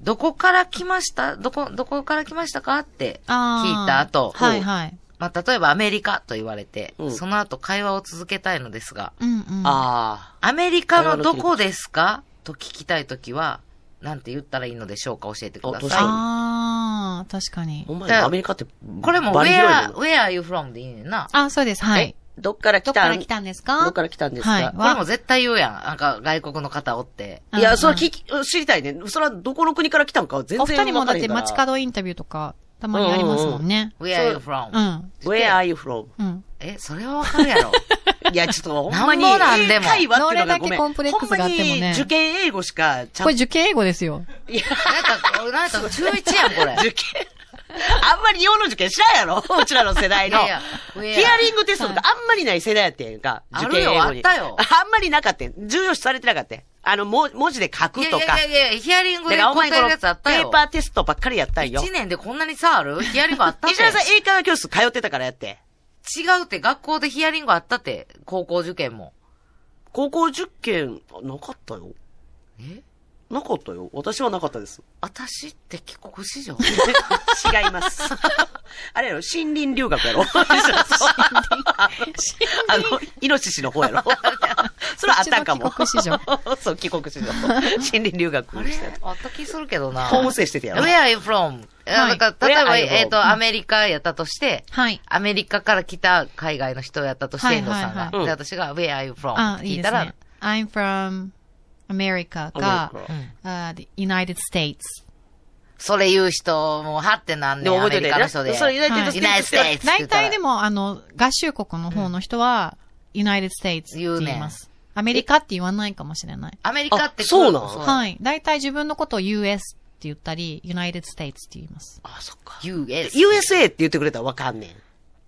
[SPEAKER 4] どこから来ましたどこ、どこから来ましたかって
[SPEAKER 6] あー
[SPEAKER 4] 聞いた後、
[SPEAKER 6] はいはい。
[SPEAKER 4] まあ、例えばアメリカと言われて、
[SPEAKER 3] うん
[SPEAKER 4] その後会話を続けたいのですが、
[SPEAKER 6] うんうん。
[SPEAKER 3] あ
[SPEAKER 4] アメリカのどこですかと聞きたいときは、なんて言ったらいいのでしょうか教えてくだ
[SPEAKER 3] あどうし
[SPEAKER 4] さ
[SPEAKER 3] た
[SPEAKER 4] い
[SPEAKER 3] ら。
[SPEAKER 6] あー、確かに
[SPEAKER 3] あ。ほ。んま
[SPEAKER 4] だか
[SPEAKER 3] や
[SPEAKER 4] ら
[SPEAKER 3] アメリカって、
[SPEAKER 4] これも、
[SPEAKER 3] バリ
[SPEAKER 4] where,
[SPEAKER 3] 広いもんな
[SPEAKER 4] where are you from? でいいねんな。
[SPEAKER 6] あ、そうです、は
[SPEAKER 3] え
[SPEAKER 6] い。
[SPEAKER 3] どっから
[SPEAKER 5] ど
[SPEAKER 3] 来
[SPEAKER 5] こか
[SPEAKER 3] た
[SPEAKER 5] ら
[SPEAKER 3] ん
[SPEAKER 5] 来たんです
[SPEAKER 3] ど
[SPEAKER 5] か
[SPEAKER 3] っから来たんですか、
[SPEAKER 6] はい
[SPEAKER 4] これも絶対言うやん。なんか外国の方おって。
[SPEAKER 6] うん
[SPEAKER 3] いや、それは聞き、知りたいね。それはどこの国から来たんかは全
[SPEAKER 6] お
[SPEAKER 3] 然わ
[SPEAKER 6] 二
[SPEAKER 3] か
[SPEAKER 6] 人もだっ
[SPEAKER 3] らへん
[SPEAKER 6] て
[SPEAKER 3] から
[SPEAKER 6] 街角インタビューとか、たまにありますもんね。
[SPEAKER 4] Where are you from?
[SPEAKER 6] うん。
[SPEAKER 3] Where are you from?
[SPEAKER 6] うん。
[SPEAKER 4] え、それはわかるやろ。 <laughs>
[SPEAKER 3] いや、ちょっとほんまに。
[SPEAKER 4] なんぼなんでも
[SPEAKER 3] 会話っていうのがご
[SPEAKER 6] どれだけ
[SPEAKER 3] めん
[SPEAKER 6] コンプレックスがあってもね
[SPEAKER 3] ほんまに受験英語しか、ちゃ
[SPEAKER 6] こ
[SPEAKER 3] ん
[SPEAKER 6] れ受験英語ですよ。
[SPEAKER 3] <laughs>
[SPEAKER 4] なんか、なんか中1やん、これ。
[SPEAKER 3] 受験。あんまり日本の受験知
[SPEAKER 4] <laughs>
[SPEAKER 3] らんやろうちらの世代の。
[SPEAKER 4] いやいや上や
[SPEAKER 3] ヒアリングテストとかあんまりない世代やってんか。
[SPEAKER 4] はい
[SPEAKER 3] 受験英語に
[SPEAKER 4] あるよあった
[SPEAKER 3] あんまりなかったん。重要視されてなかったん。あの、も文字で書
[SPEAKER 4] いや
[SPEAKER 3] く
[SPEAKER 4] い
[SPEAKER 3] とか。
[SPEAKER 4] やいやいや、ヒアリング
[SPEAKER 3] だ
[SPEAKER 4] で
[SPEAKER 3] からお
[SPEAKER 4] 答
[SPEAKER 3] 前
[SPEAKER 4] え
[SPEAKER 3] こ
[SPEAKER 4] る
[SPEAKER 3] の
[SPEAKER 4] やつあった
[SPEAKER 3] ペー
[SPEAKER 4] よ。
[SPEAKER 3] パーテストばっかりやったんよ。
[SPEAKER 4] 1年でこんなに差あるヒアリングあったって。
[SPEAKER 3] 石田さん英会話教室通ってたからやって。
[SPEAKER 4] 違うって、学校でヒアリングあったって、高校受験も。
[SPEAKER 3] 高校受験、あなかったよ。
[SPEAKER 4] え
[SPEAKER 3] なかったよ。私はなかったです。
[SPEAKER 4] 私って帰国
[SPEAKER 3] <laughs>
[SPEAKER 4] 子女
[SPEAKER 3] 違います。あれやろ森林留学やろ <laughs> あの、イノシシの方
[SPEAKER 4] <laughs>
[SPEAKER 3] やろそれはあったんかも。
[SPEAKER 6] そっちの帰
[SPEAKER 3] <laughs> そう、帰国子女。森林留学
[SPEAKER 4] あれ
[SPEAKER 3] してた。
[SPEAKER 4] あった気するけどな。
[SPEAKER 3] ホームステイしてたやろ
[SPEAKER 4] Where are you from? え
[SPEAKER 6] はい
[SPEAKER 4] だから例え
[SPEAKER 3] Where
[SPEAKER 4] ば、
[SPEAKER 3] are you from？
[SPEAKER 4] えっと、アメリカやったとして、
[SPEAKER 6] はい。
[SPEAKER 4] アメリカから来た海外の人やったとして、
[SPEAKER 6] はい
[SPEAKER 4] 遠藤さん
[SPEAKER 6] はい
[SPEAKER 4] が。
[SPEAKER 6] はい
[SPEAKER 4] で、私が、Where are you from?
[SPEAKER 6] あ、いい
[SPEAKER 4] 聞い
[SPEAKER 6] で
[SPEAKER 4] た
[SPEAKER 6] す
[SPEAKER 4] ら、
[SPEAKER 6] ね。I'm from America
[SPEAKER 3] ア
[SPEAKER 6] か
[SPEAKER 3] メリ、
[SPEAKER 4] う
[SPEAKER 3] カ
[SPEAKER 4] ん
[SPEAKER 6] あ the United States。
[SPEAKER 4] それ言う人も、はってなんねん、
[SPEAKER 3] でも
[SPEAKER 4] ア
[SPEAKER 3] 覚
[SPEAKER 4] メ
[SPEAKER 3] えてて
[SPEAKER 4] リカの人で。
[SPEAKER 3] それ United States
[SPEAKER 4] United States って言
[SPEAKER 6] 大
[SPEAKER 4] ったら
[SPEAKER 6] 体でも、あの、合衆国の方の人は、United States って
[SPEAKER 4] 言うね
[SPEAKER 6] 言います。アメリカって言わないかもしれない。
[SPEAKER 4] アメリカって
[SPEAKER 3] あそうなん
[SPEAKER 6] はい。大体自分のことを US って言ったり、United States って言います。
[SPEAKER 3] あ、そっか。
[SPEAKER 4] US。
[SPEAKER 3] USA って言ってくれたらわかんねん。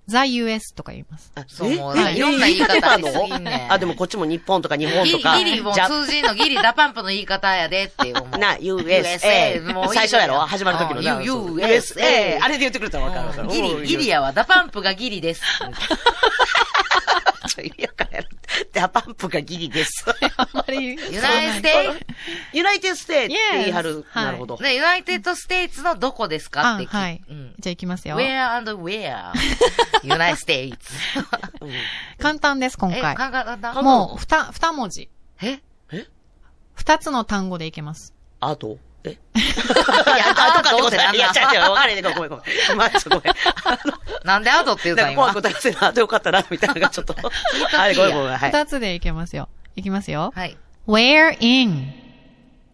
[SPEAKER 6] The US とか言い
[SPEAKER 3] <laughs>
[SPEAKER 6] ます。
[SPEAKER 3] あ
[SPEAKER 4] そう
[SPEAKER 3] え
[SPEAKER 4] もう
[SPEAKER 3] え
[SPEAKER 4] いろんな言い方あり
[SPEAKER 3] え
[SPEAKER 4] すぎんねん
[SPEAKER 3] あ、でもこっちも日本とか日本
[SPEAKER 4] ギ
[SPEAKER 3] と
[SPEAKER 4] リ
[SPEAKER 3] か。、
[SPEAKER 4] ギリもう
[SPEAKER 3] ジャ
[SPEAKER 4] 通じんの、ギリダパンプの言い方やでって思う。
[SPEAKER 3] な、USA。
[SPEAKER 4] もういい
[SPEAKER 3] 最初やろ始まる時のな。
[SPEAKER 4] うん
[SPEAKER 3] そう
[SPEAKER 4] USA。
[SPEAKER 3] あれで言ってくれたらわかるわかる。
[SPEAKER 4] ギリ、ギリやわ。ダパンプがギリです。
[SPEAKER 3] ちょ、意味わからん。ダパンプがギリです。
[SPEAKER 6] あんまり。
[SPEAKER 4] ユナイテッド
[SPEAKER 3] ユナイテッドステイって言い張る。
[SPEAKER 6] Yes
[SPEAKER 3] なるほど。
[SPEAKER 4] ス、ね、ユナイテッドステイツのどこですか
[SPEAKER 6] あ、
[SPEAKER 4] って聞
[SPEAKER 6] はい
[SPEAKER 4] うん。。
[SPEAKER 6] じゃあ行きますよ。
[SPEAKER 4] Where and where? ユナイステイツ。
[SPEAKER 6] 簡単です、今
[SPEAKER 4] え、
[SPEAKER 6] 回。
[SPEAKER 4] かがだ
[SPEAKER 6] もう、ふた、二文字。
[SPEAKER 4] う。え
[SPEAKER 6] 二つの単語でいけます。
[SPEAKER 3] あとえ <laughs> い
[SPEAKER 4] や
[SPEAKER 3] あとかって
[SPEAKER 4] ど
[SPEAKER 3] こ
[SPEAKER 4] う
[SPEAKER 3] と
[SPEAKER 4] せな
[SPEAKER 3] や
[SPEAKER 4] んなん
[SPEAKER 3] いや、違う違う、分かれへんねごめんごめん。まあ、ちょっとごめん。あ
[SPEAKER 4] なんでアドって言
[SPEAKER 3] の、な
[SPEAKER 4] うた
[SPEAKER 3] ん
[SPEAKER 4] ん
[SPEAKER 3] か怖い
[SPEAKER 4] 今
[SPEAKER 3] こ。とやってな、あとよかったな、みたいなのがちょっ <laughs> と。あれ、ごめんごめん。はい。
[SPEAKER 6] 二つでいけますよ。いきますよ。
[SPEAKER 4] はい。
[SPEAKER 6] where in,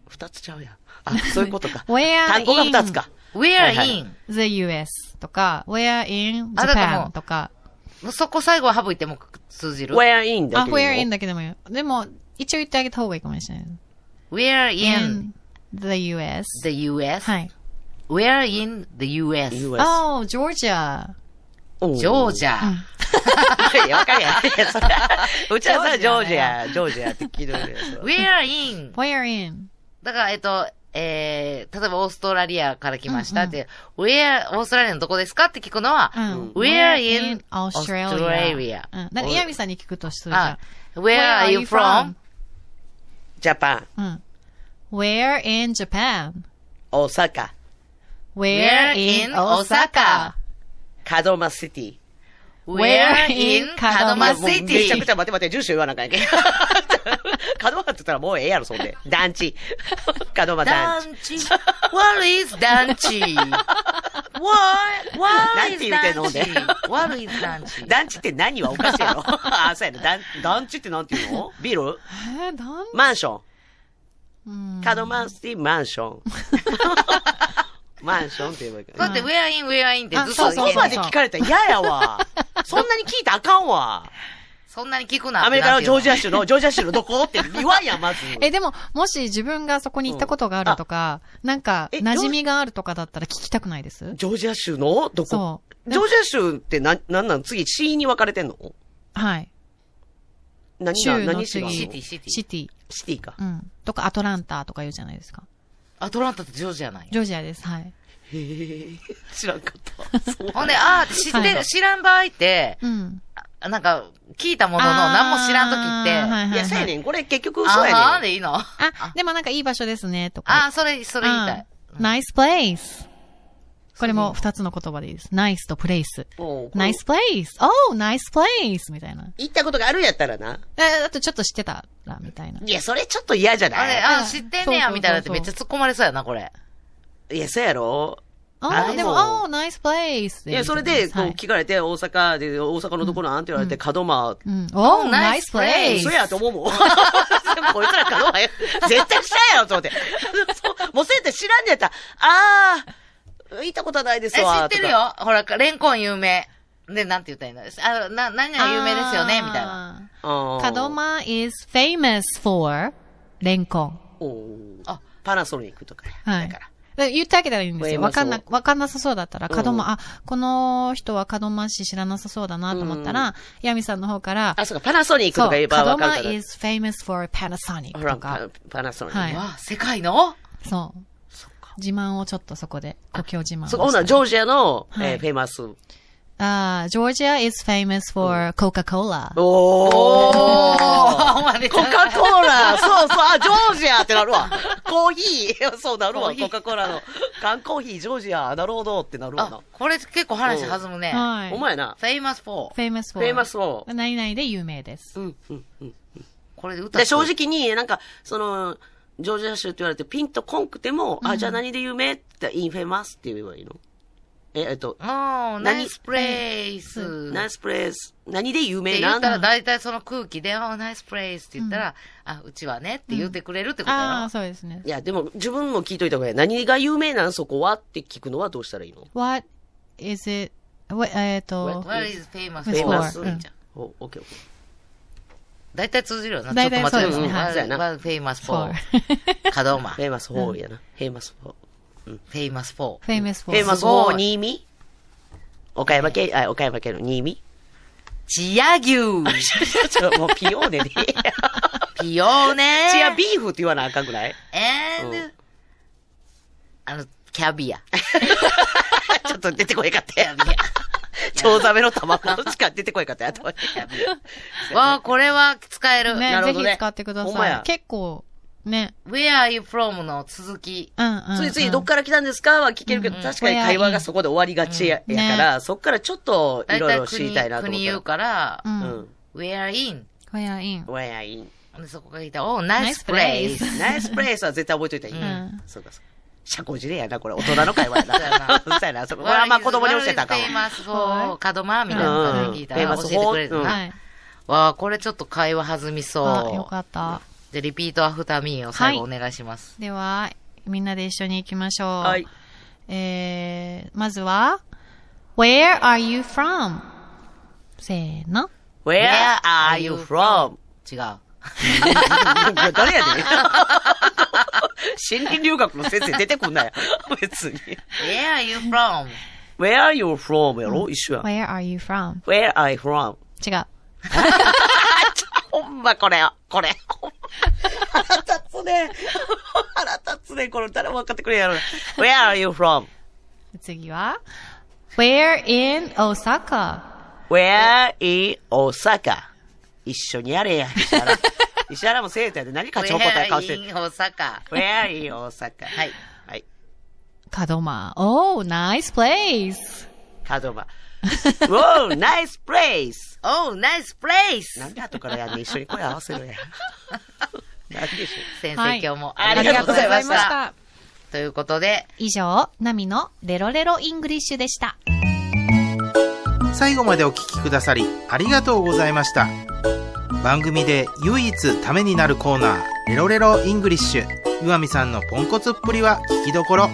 [SPEAKER 3] 二つちゃうやん。あ、そういうことか。
[SPEAKER 6] Where
[SPEAKER 3] 単語が二つか。はい
[SPEAKER 4] Where
[SPEAKER 3] はい
[SPEAKER 4] in?
[SPEAKER 6] the US とか、where in
[SPEAKER 4] あだからも
[SPEAKER 6] Japan
[SPEAKER 4] う
[SPEAKER 6] とか。
[SPEAKER 4] そこ最後は省いても通じる。
[SPEAKER 3] where in だ
[SPEAKER 6] あ、
[SPEAKER 3] けど。
[SPEAKER 6] where in だけでもいいよ。でも、一応言ってあげた方がいいかもしれない。
[SPEAKER 4] Where in
[SPEAKER 6] the US.
[SPEAKER 4] the US?
[SPEAKER 6] はい。
[SPEAKER 4] Where in the US? ジ
[SPEAKER 3] US。
[SPEAKER 6] Oh, Georgia.
[SPEAKER 4] ョー
[SPEAKER 3] ア。
[SPEAKER 4] ジャー。
[SPEAKER 3] いや、わか <laughs> るやん。いやそれうちはさ、ジ
[SPEAKER 6] ジ
[SPEAKER 3] ョ
[SPEAKER 6] ョ
[SPEAKER 3] ー
[SPEAKER 6] ー
[SPEAKER 3] ジ
[SPEAKER 6] ジ
[SPEAKER 3] ア、ジョージアって聞いてるやつは。
[SPEAKER 4] Where in?
[SPEAKER 6] Where in?
[SPEAKER 4] だから、えっと、えー、例えばオーストラリアから来ましたって、Where, オーストラリアのどこですかって聞くのは、
[SPEAKER 6] うん。
[SPEAKER 4] Where in
[SPEAKER 6] Australia?
[SPEAKER 4] Australia
[SPEAKER 6] うん。だから、イヤミさんに聞くとするじゃ
[SPEAKER 4] あ
[SPEAKER 6] ん。
[SPEAKER 4] Where are you from?
[SPEAKER 3] ジャパン、
[SPEAKER 6] うん。Where in Japan?
[SPEAKER 3] 大阪、
[SPEAKER 6] Where in Osaka?
[SPEAKER 3] 門松シティ。
[SPEAKER 4] Where in 門
[SPEAKER 6] マ
[SPEAKER 4] 松
[SPEAKER 6] ス
[SPEAKER 3] もう
[SPEAKER 4] シ
[SPEAKER 3] め
[SPEAKER 4] テ
[SPEAKER 3] ちゃく
[SPEAKER 4] ィ
[SPEAKER 3] ちゃ待って待って、住所言わなあかんやけん。 <laughs> 門松って言ったらもうええやろ、そんで。団地。門松団
[SPEAKER 4] 団
[SPEAKER 3] 地。
[SPEAKER 4] 地 What is 団地 What,
[SPEAKER 3] <laughs> な
[SPEAKER 4] what
[SPEAKER 3] んて
[SPEAKER 4] is
[SPEAKER 3] 言うてんの
[SPEAKER 4] 団地 What is 団地
[SPEAKER 3] <laughs> 団地って何はおかしいやろ。 <laughs> あ、そうやね。団団地ってなんていうのビル
[SPEAKER 6] えー、なん
[SPEAKER 3] マンショ
[SPEAKER 6] うん
[SPEAKER 3] ン。門松シティマンシ
[SPEAKER 4] <laughs>
[SPEAKER 3] ョン。マンションって言えばいいか
[SPEAKER 4] だ
[SPEAKER 3] な。
[SPEAKER 4] って、Where in, Where in ってずっと
[SPEAKER 6] あ
[SPEAKER 3] そこ
[SPEAKER 4] 言
[SPEAKER 3] ま
[SPEAKER 4] え
[SPEAKER 3] で
[SPEAKER 4] て
[SPEAKER 3] 聞かれたら嫌や
[SPEAKER 4] <laughs>
[SPEAKER 3] わ。そんなに聞いたらあかんわ。
[SPEAKER 4] そんなに聞くな。
[SPEAKER 3] アメリカのジョージ
[SPEAKER 4] ア。
[SPEAKER 3] ア州の、ジョージア州のどこって言わんやん、まず。
[SPEAKER 6] え、でも、もし自分がそこに行ったことがあるとか、なんか、
[SPEAKER 3] え
[SPEAKER 6] 馴染みがあるとかだったら聞きたくないです
[SPEAKER 3] ジョージア州のどこ
[SPEAKER 6] そ
[SPEAKER 3] ジョージア州ってな、なんなん次、市に分かれてんの
[SPEAKER 6] う。はい。
[SPEAKER 3] 何
[SPEAKER 6] 州
[SPEAKER 3] が、
[SPEAKER 6] の
[SPEAKER 3] 何市があるの
[SPEAKER 4] シ
[SPEAKER 6] 次
[SPEAKER 4] ティ、シティ。
[SPEAKER 6] シティ。
[SPEAKER 3] シティか。
[SPEAKER 6] うん。とか、アトランタとか言うじゃないですか。
[SPEAKER 4] アトランタってジョージアなんや。
[SPEAKER 6] ジョージアです。はい。
[SPEAKER 3] へえ、知らんか
[SPEAKER 6] <laughs>
[SPEAKER 3] った。そう
[SPEAKER 4] ほんで、あー、知っ
[SPEAKER 6] は
[SPEAKER 4] て、
[SPEAKER 6] い
[SPEAKER 4] 知らん場合って、
[SPEAKER 6] うん。
[SPEAKER 4] なんか、聞いたものの、何も知らんと
[SPEAKER 6] あーは
[SPEAKER 4] きっ
[SPEAKER 6] い
[SPEAKER 4] て、
[SPEAKER 6] はいいは
[SPEAKER 3] や、
[SPEAKER 6] い
[SPEAKER 3] そうやねん。これ結局そう
[SPEAKER 4] あ
[SPEAKER 3] や
[SPEAKER 4] ー
[SPEAKER 3] ねん。
[SPEAKER 4] でいいのあ
[SPEAKER 6] あ、でもなんかいい場所ですね、とか。
[SPEAKER 4] ー、それ、それ言いたい。
[SPEAKER 6] うん。nice place. これも二つの言葉でいいです。nice と place。
[SPEAKER 3] もうこれ
[SPEAKER 6] nice place. oh, nice place! みたいな。
[SPEAKER 3] 行ったことがあるんやったらな。
[SPEAKER 6] え、あとちょっと知ってたら、みたいな。
[SPEAKER 3] いや、それちょっと嫌じゃ
[SPEAKER 4] あれ、
[SPEAKER 3] な
[SPEAKER 4] あー、知ってんねや、みたいなってめっちゃ突っ込まれそうやな、これ。
[SPEAKER 3] いいや、そうやろ。
[SPEAKER 6] あ
[SPEAKER 3] あ
[SPEAKER 6] ーでも、
[SPEAKER 3] も
[SPEAKER 6] oh, nice place!
[SPEAKER 3] いや、それで、こう
[SPEAKER 6] はい
[SPEAKER 3] 聞かれて、大阪で、大阪のどこなんって言われて、門真
[SPEAKER 6] うん。おー、ナイ
[SPEAKER 4] nice
[SPEAKER 6] スプレイ
[SPEAKER 3] 嘘やと思うもん。 <laughs> こいつらかの絶対知らんやろと思って。そうもうせやって知らんねやったら、あー、行ったことないで
[SPEAKER 4] え、
[SPEAKER 3] す
[SPEAKER 4] 知
[SPEAKER 3] わ。
[SPEAKER 4] ってる
[SPEAKER 3] とか。
[SPEAKER 4] よほら、レンコン有名。で、なんて言ったらいいのあの、な、何々有名ですよね、みたいな。
[SPEAKER 6] な。
[SPEAKER 3] あー
[SPEAKER 6] カド。マ is famous for レンコン。
[SPEAKER 3] おー
[SPEAKER 4] あ
[SPEAKER 3] パナソニックとか。
[SPEAKER 6] はい。
[SPEAKER 3] だ
[SPEAKER 6] だ
[SPEAKER 3] か
[SPEAKER 6] で言ってあげたらいいんですよ。
[SPEAKER 3] まあ
[SPEAKER 6] わかんな
[SPEAKER 3] そ、
[SPEAKER 6] わかんなさそうだったら、
[SPEAKER 3] うん
[SPEAKER 6] 門間、あ、この人は門間氏知らなさそうだなと思ったら、ヤミさんの方から、
[SPEAKER 3] あ、そうか、パナソニックと
[SPEAKER 6] そう、
[SPEAKER 3] か言えばわ
[SPEAKER 6] 門
[SPEAKER 3] か
[SPEAKER 6] 間
[SPEAKER 3] るから。
[SPEAKER 6] is famous for Panasonic
[SPEAKER 3] ほ
[SPEAKER 6] と
[SPEAKER 3] ら、
[SPEAKER 6] か
[SPEAKER 3] パ、パナソニック。
[SPEAKER 6] はい
[SPEAKER 4] わあ、世界の
[SPEAKER 6] そう。自慢をちょっとそこで、故郷自慢をし
[SPEAKER 3] そ
[SPEAKER 6] た。
[SPEAKER 3] こ、ほな、ジョージアの、
[SPEAKER 6] はい
[SPEAKER 3] えーフェイマス。おー
[SPEAKER 6] あー Georgia is famous for Coca-Cola.
[SPEAKER 3] コ
[SPEAKER 4] おー、までちゃう
[SPEAKER 3] カ・ <laughs> コーラそうそう、あ、ジョージアってなるわ。コーヒー <laughs> そうなる
[SPEAKER 4] コー
[SPEAKER 3] わ、
[SPEAKER 4] ヒー
[SPEAKER 3] コカ・コーラの。缶コーヒー、ジョージア、なるほどってなるわ
[SPEAKER 4] あ、これ結構話弾むね。
[SPEAKER 6] は
[SPEAKER 3] な。
[SPEAKER 6] い。
[SPEAKER 3] お前な、
[SPEAKER 4] フェイマスフォー。
[SPEAKER 6] famous
[SPEAKER 3] フ
[SPEAKER 6] for.
[SPEAKER 3] ェイマスも。
[SPEAKER 6] 何々で有名です
[SPEAKER 3] う。ん、うん、うん。
[SPEAKER 4] これで歌
[SPEAKER 3] で、正。直に、なんか、その、ジョージア州って言われて、ピンとこんくても、あ、じゃあ何で有名って、インフェマスって言えばいいのえ、えっと、
[SPEAKER 4] うん、ナイスプレイス。
[SPEAKER 3] ナイ
[SPEAKER 4] ス
[SPEAKER 3] スプレイス、何で有
[SPEAKER 4] プ
[SPEAKER 3] 名
[SPEAKER 4] レイス。って言
[SPEAKER 3] な
[SPEAKER 4] っ
[SPEAKER 3] ん
[SPEAKER 4] た
[SPEAKER 3] だ
[SPEAKER 4] ら、大体その空気で、あナイスプレイスって言ったら、あ、うちはねって言ってくれるってこと
[SPEAKER 6] ああー、
[SPEAKER 4] や
[SPEAKER 6] そうですね
[SPEAKER 3] い。や、でも、自分も聞いといた方がいい。何が有名なんそこはって聞くのはどうしたらいいの
[SPEAKER 6] What is it? What- えっ
[SPEAKER 4] ろ。
[SPEAKER 6] と、
[SPEAKER 4] What is famous
[SPEAKER 6] そう
[SPEAKER 4] for?
[SPEAKER 6] そううん
[SPEAKER 3] お、オッケーオッケ
[SPEAKER 4] 大体通じるよな。
[SPEAKER 6] 大体
[SPEAKER 4] ちょっと待って
[SPEAKER 6] そうですねはい
[SPEAKER 3] そうやな
[SPEAKER 4] What famous for?
[SPEAKER 6] for.
[SPEAKER 4] カドー
[SPEAKER 3] ー。
[SPEAKER 4] マ。
[SPEAKER 3] フ
[SPEAKER 4] フ
[SPEAKER 3] ェイマス4やな。フェイマス4。
[SPEAKER 4] ェイマスフォー。
[SPEAKER 6] <laughs> famous
[SPEAKER 3] フ
[SPEAKER 6] for.
[SPEAKER 3] ェイマス
[SPEAKER 4] すご
[SPEAKER 3] 4、
[SPEAKER 4] い
[SPEAKER 3] 新見岡山県、あ、岡山県の新 <laughs> 見
[SPEAKER 4] チア牛。
[SPEAKER 3] ちょ、もうピオーネ <laughs> で。
[SPEAKER 4] ピオーネ。
[SPEAKER 3] チアビーフって言わなあかんくない
[SPEAKER 4] and、
[SPEAKER 3] うん
[SPEAKER 4] あの、キャビア。
[SPEAKER 3] <laughs> ちょっと出てこいかったやん。チョウザメの卵しか出てこいかったやん。
[SPEAKER 4] わあ、これは使える。
[SPEAKER 6] ね、
[SPEAKER 3] なる
[SPEAKER 6] ぜ
[SPEAKER 3] ほど
[SPEAKER 6] ひ
[SPEAKER 3] ね
[SPEAKER 6] 使ってくだ
[SPEAKER 3] ほんま
[SPEAKER 6] さ
[SPEAKER 3] や
[SPEAKER 6] い。結構、ね。
[SPEAKER 4] Where are you from? の続き。
[SPEAKER 6] うんうんうん。
[SPEAKER 3] ついついどっから来たんですかは聞けるけど、確かに会話がそこで終わりがちや
[SPEAKER 6] うん
[SPEAKER 3] やから、そっからちょっとい
[SPEAKER 4] 大
[SPEAKER 3] ろい
[SPEAKER 4] 体
[SPEAKER 3] ろ知りたいなと思
[SPEAKER 4] 国国
[SPEAKER 3] っ
[SPEAKER 4] 言う
[SPEAKER 3] た
[SPEAKER 4] から、
[SPEAKER 6] うん。
[SPEAKER 3] ら。
[SPEAKER 6] う。
[SPEAKER 3] うんん。
[SPEAKER 4] Where in?
[SPEAKER 6] Where in?
[SPEAKER 3] わやいん。
[SPEAKER 4] でそこから言ったら、oh, nice
[SPEAKER 6] Nice place.
[SPEAKER 4] place.
[SPEAKER 3] ナイスプレイスは絶対覚えといたらいい。
[SPEAKER 6] うん
[SPEAKER 3] そうかそうか。社交辞令やな、これ。大人の会話や
[SPEAKER 6] <laughs>
[SPEAKER 3] な。
[SPEAKER 4] そうやな
[SPEAKER 3] そうやな。そこはあんま子供に教えたらあかん
[SPEAKER 4] What is
[SPEAKER 3] わ。
[SPEAKER 4] famous for? 角間みたいな感じで聞いたら
[SPEAKER 3] うん
[SPEAKER 4] 教えてくれる
[SPEAKER 3] うん
[SPEAKER 4] な。
[SPEAKER 6] はい。
[SPEAKER 4] わあ、これちょっと会話弾み
[SPEAKER 6] あ、よ
[SPEAKER 4] そ
[SPEAKER 6] かった。
[SPEAKER 4] う。で、リピートアフターミーを最後お願いします。
[SPEAKER 6] では、みんなで一緒に行きましょう。
[SPEAKER 3] はい。
[SPEAKER 6] えー、まずは、Where are you from? せーの。
[SPEAKER 3] Where are you from?
[SPEAKER 4] 違う。
[SPEAKER 6] <laughs>
[SPEAKER 3] いや誰やねん。 <laughs> 心理留学の先生出てこんなや。別に。
[SPEAKER 4] Where are you from?
[SPEAKER 3] Where are you from? やろ一緒やん。
[SPEAKER 6] Where are you from?
[SPEAKER 3] Where are you from?
[SPEAKER 6] 違う。
[SPEAKER 3] ほんまこれ、これ。ほんま腹立つね。腹立つね。これ誰も分かってくれんやろな。Where are you from?
[SPEAKER 6] 次は、Where in Osaka?
[SPEAKER 3] Where in Osaka? 一緒にやれや、石 <laughs> 原。石原も生徒やで何かちょこたえ顔してる
[SPEAKER 4] Where。in Osaka?
[SPEAKER 3] Where in Osaka? はい。はい。
[SPEAKER 6] 門間。Oh, nice place!
[SPEAKER 3] 角間。Wow, nice place!
[SPEAKER 4] Oh, nice place!
[SPEAKER 3] なんで後からやんねん一緒に声合わせる <laughs> やん。なんでしょ
[SPEAKER 4] 先生、
[SPEAKER 6] はい
[SPEAKER 4] 今日も
[SPEAKER 3] <laughs> あり
[SPEAKER 6] <laughs>
[SPEAKER 3] がとうございました
[SPEAKER 4] ありがとうございました。。ということで、
[SPEAKER 5] 以上、ナミのレロレロイングリッシュでした。
[SPEAKER 2] 最後までお聞きくださりありがとうございました番組で唯一ためになるコーナー「レロレロイングリッシュ」岩見さんのポンコツっぷりは聞きどころ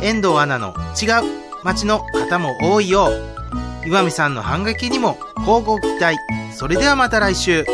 [SPEAKER 2] 遠藤アナの「違う」町の方も多いよう岩見さんの反撃にも乞うご期待それではまた来週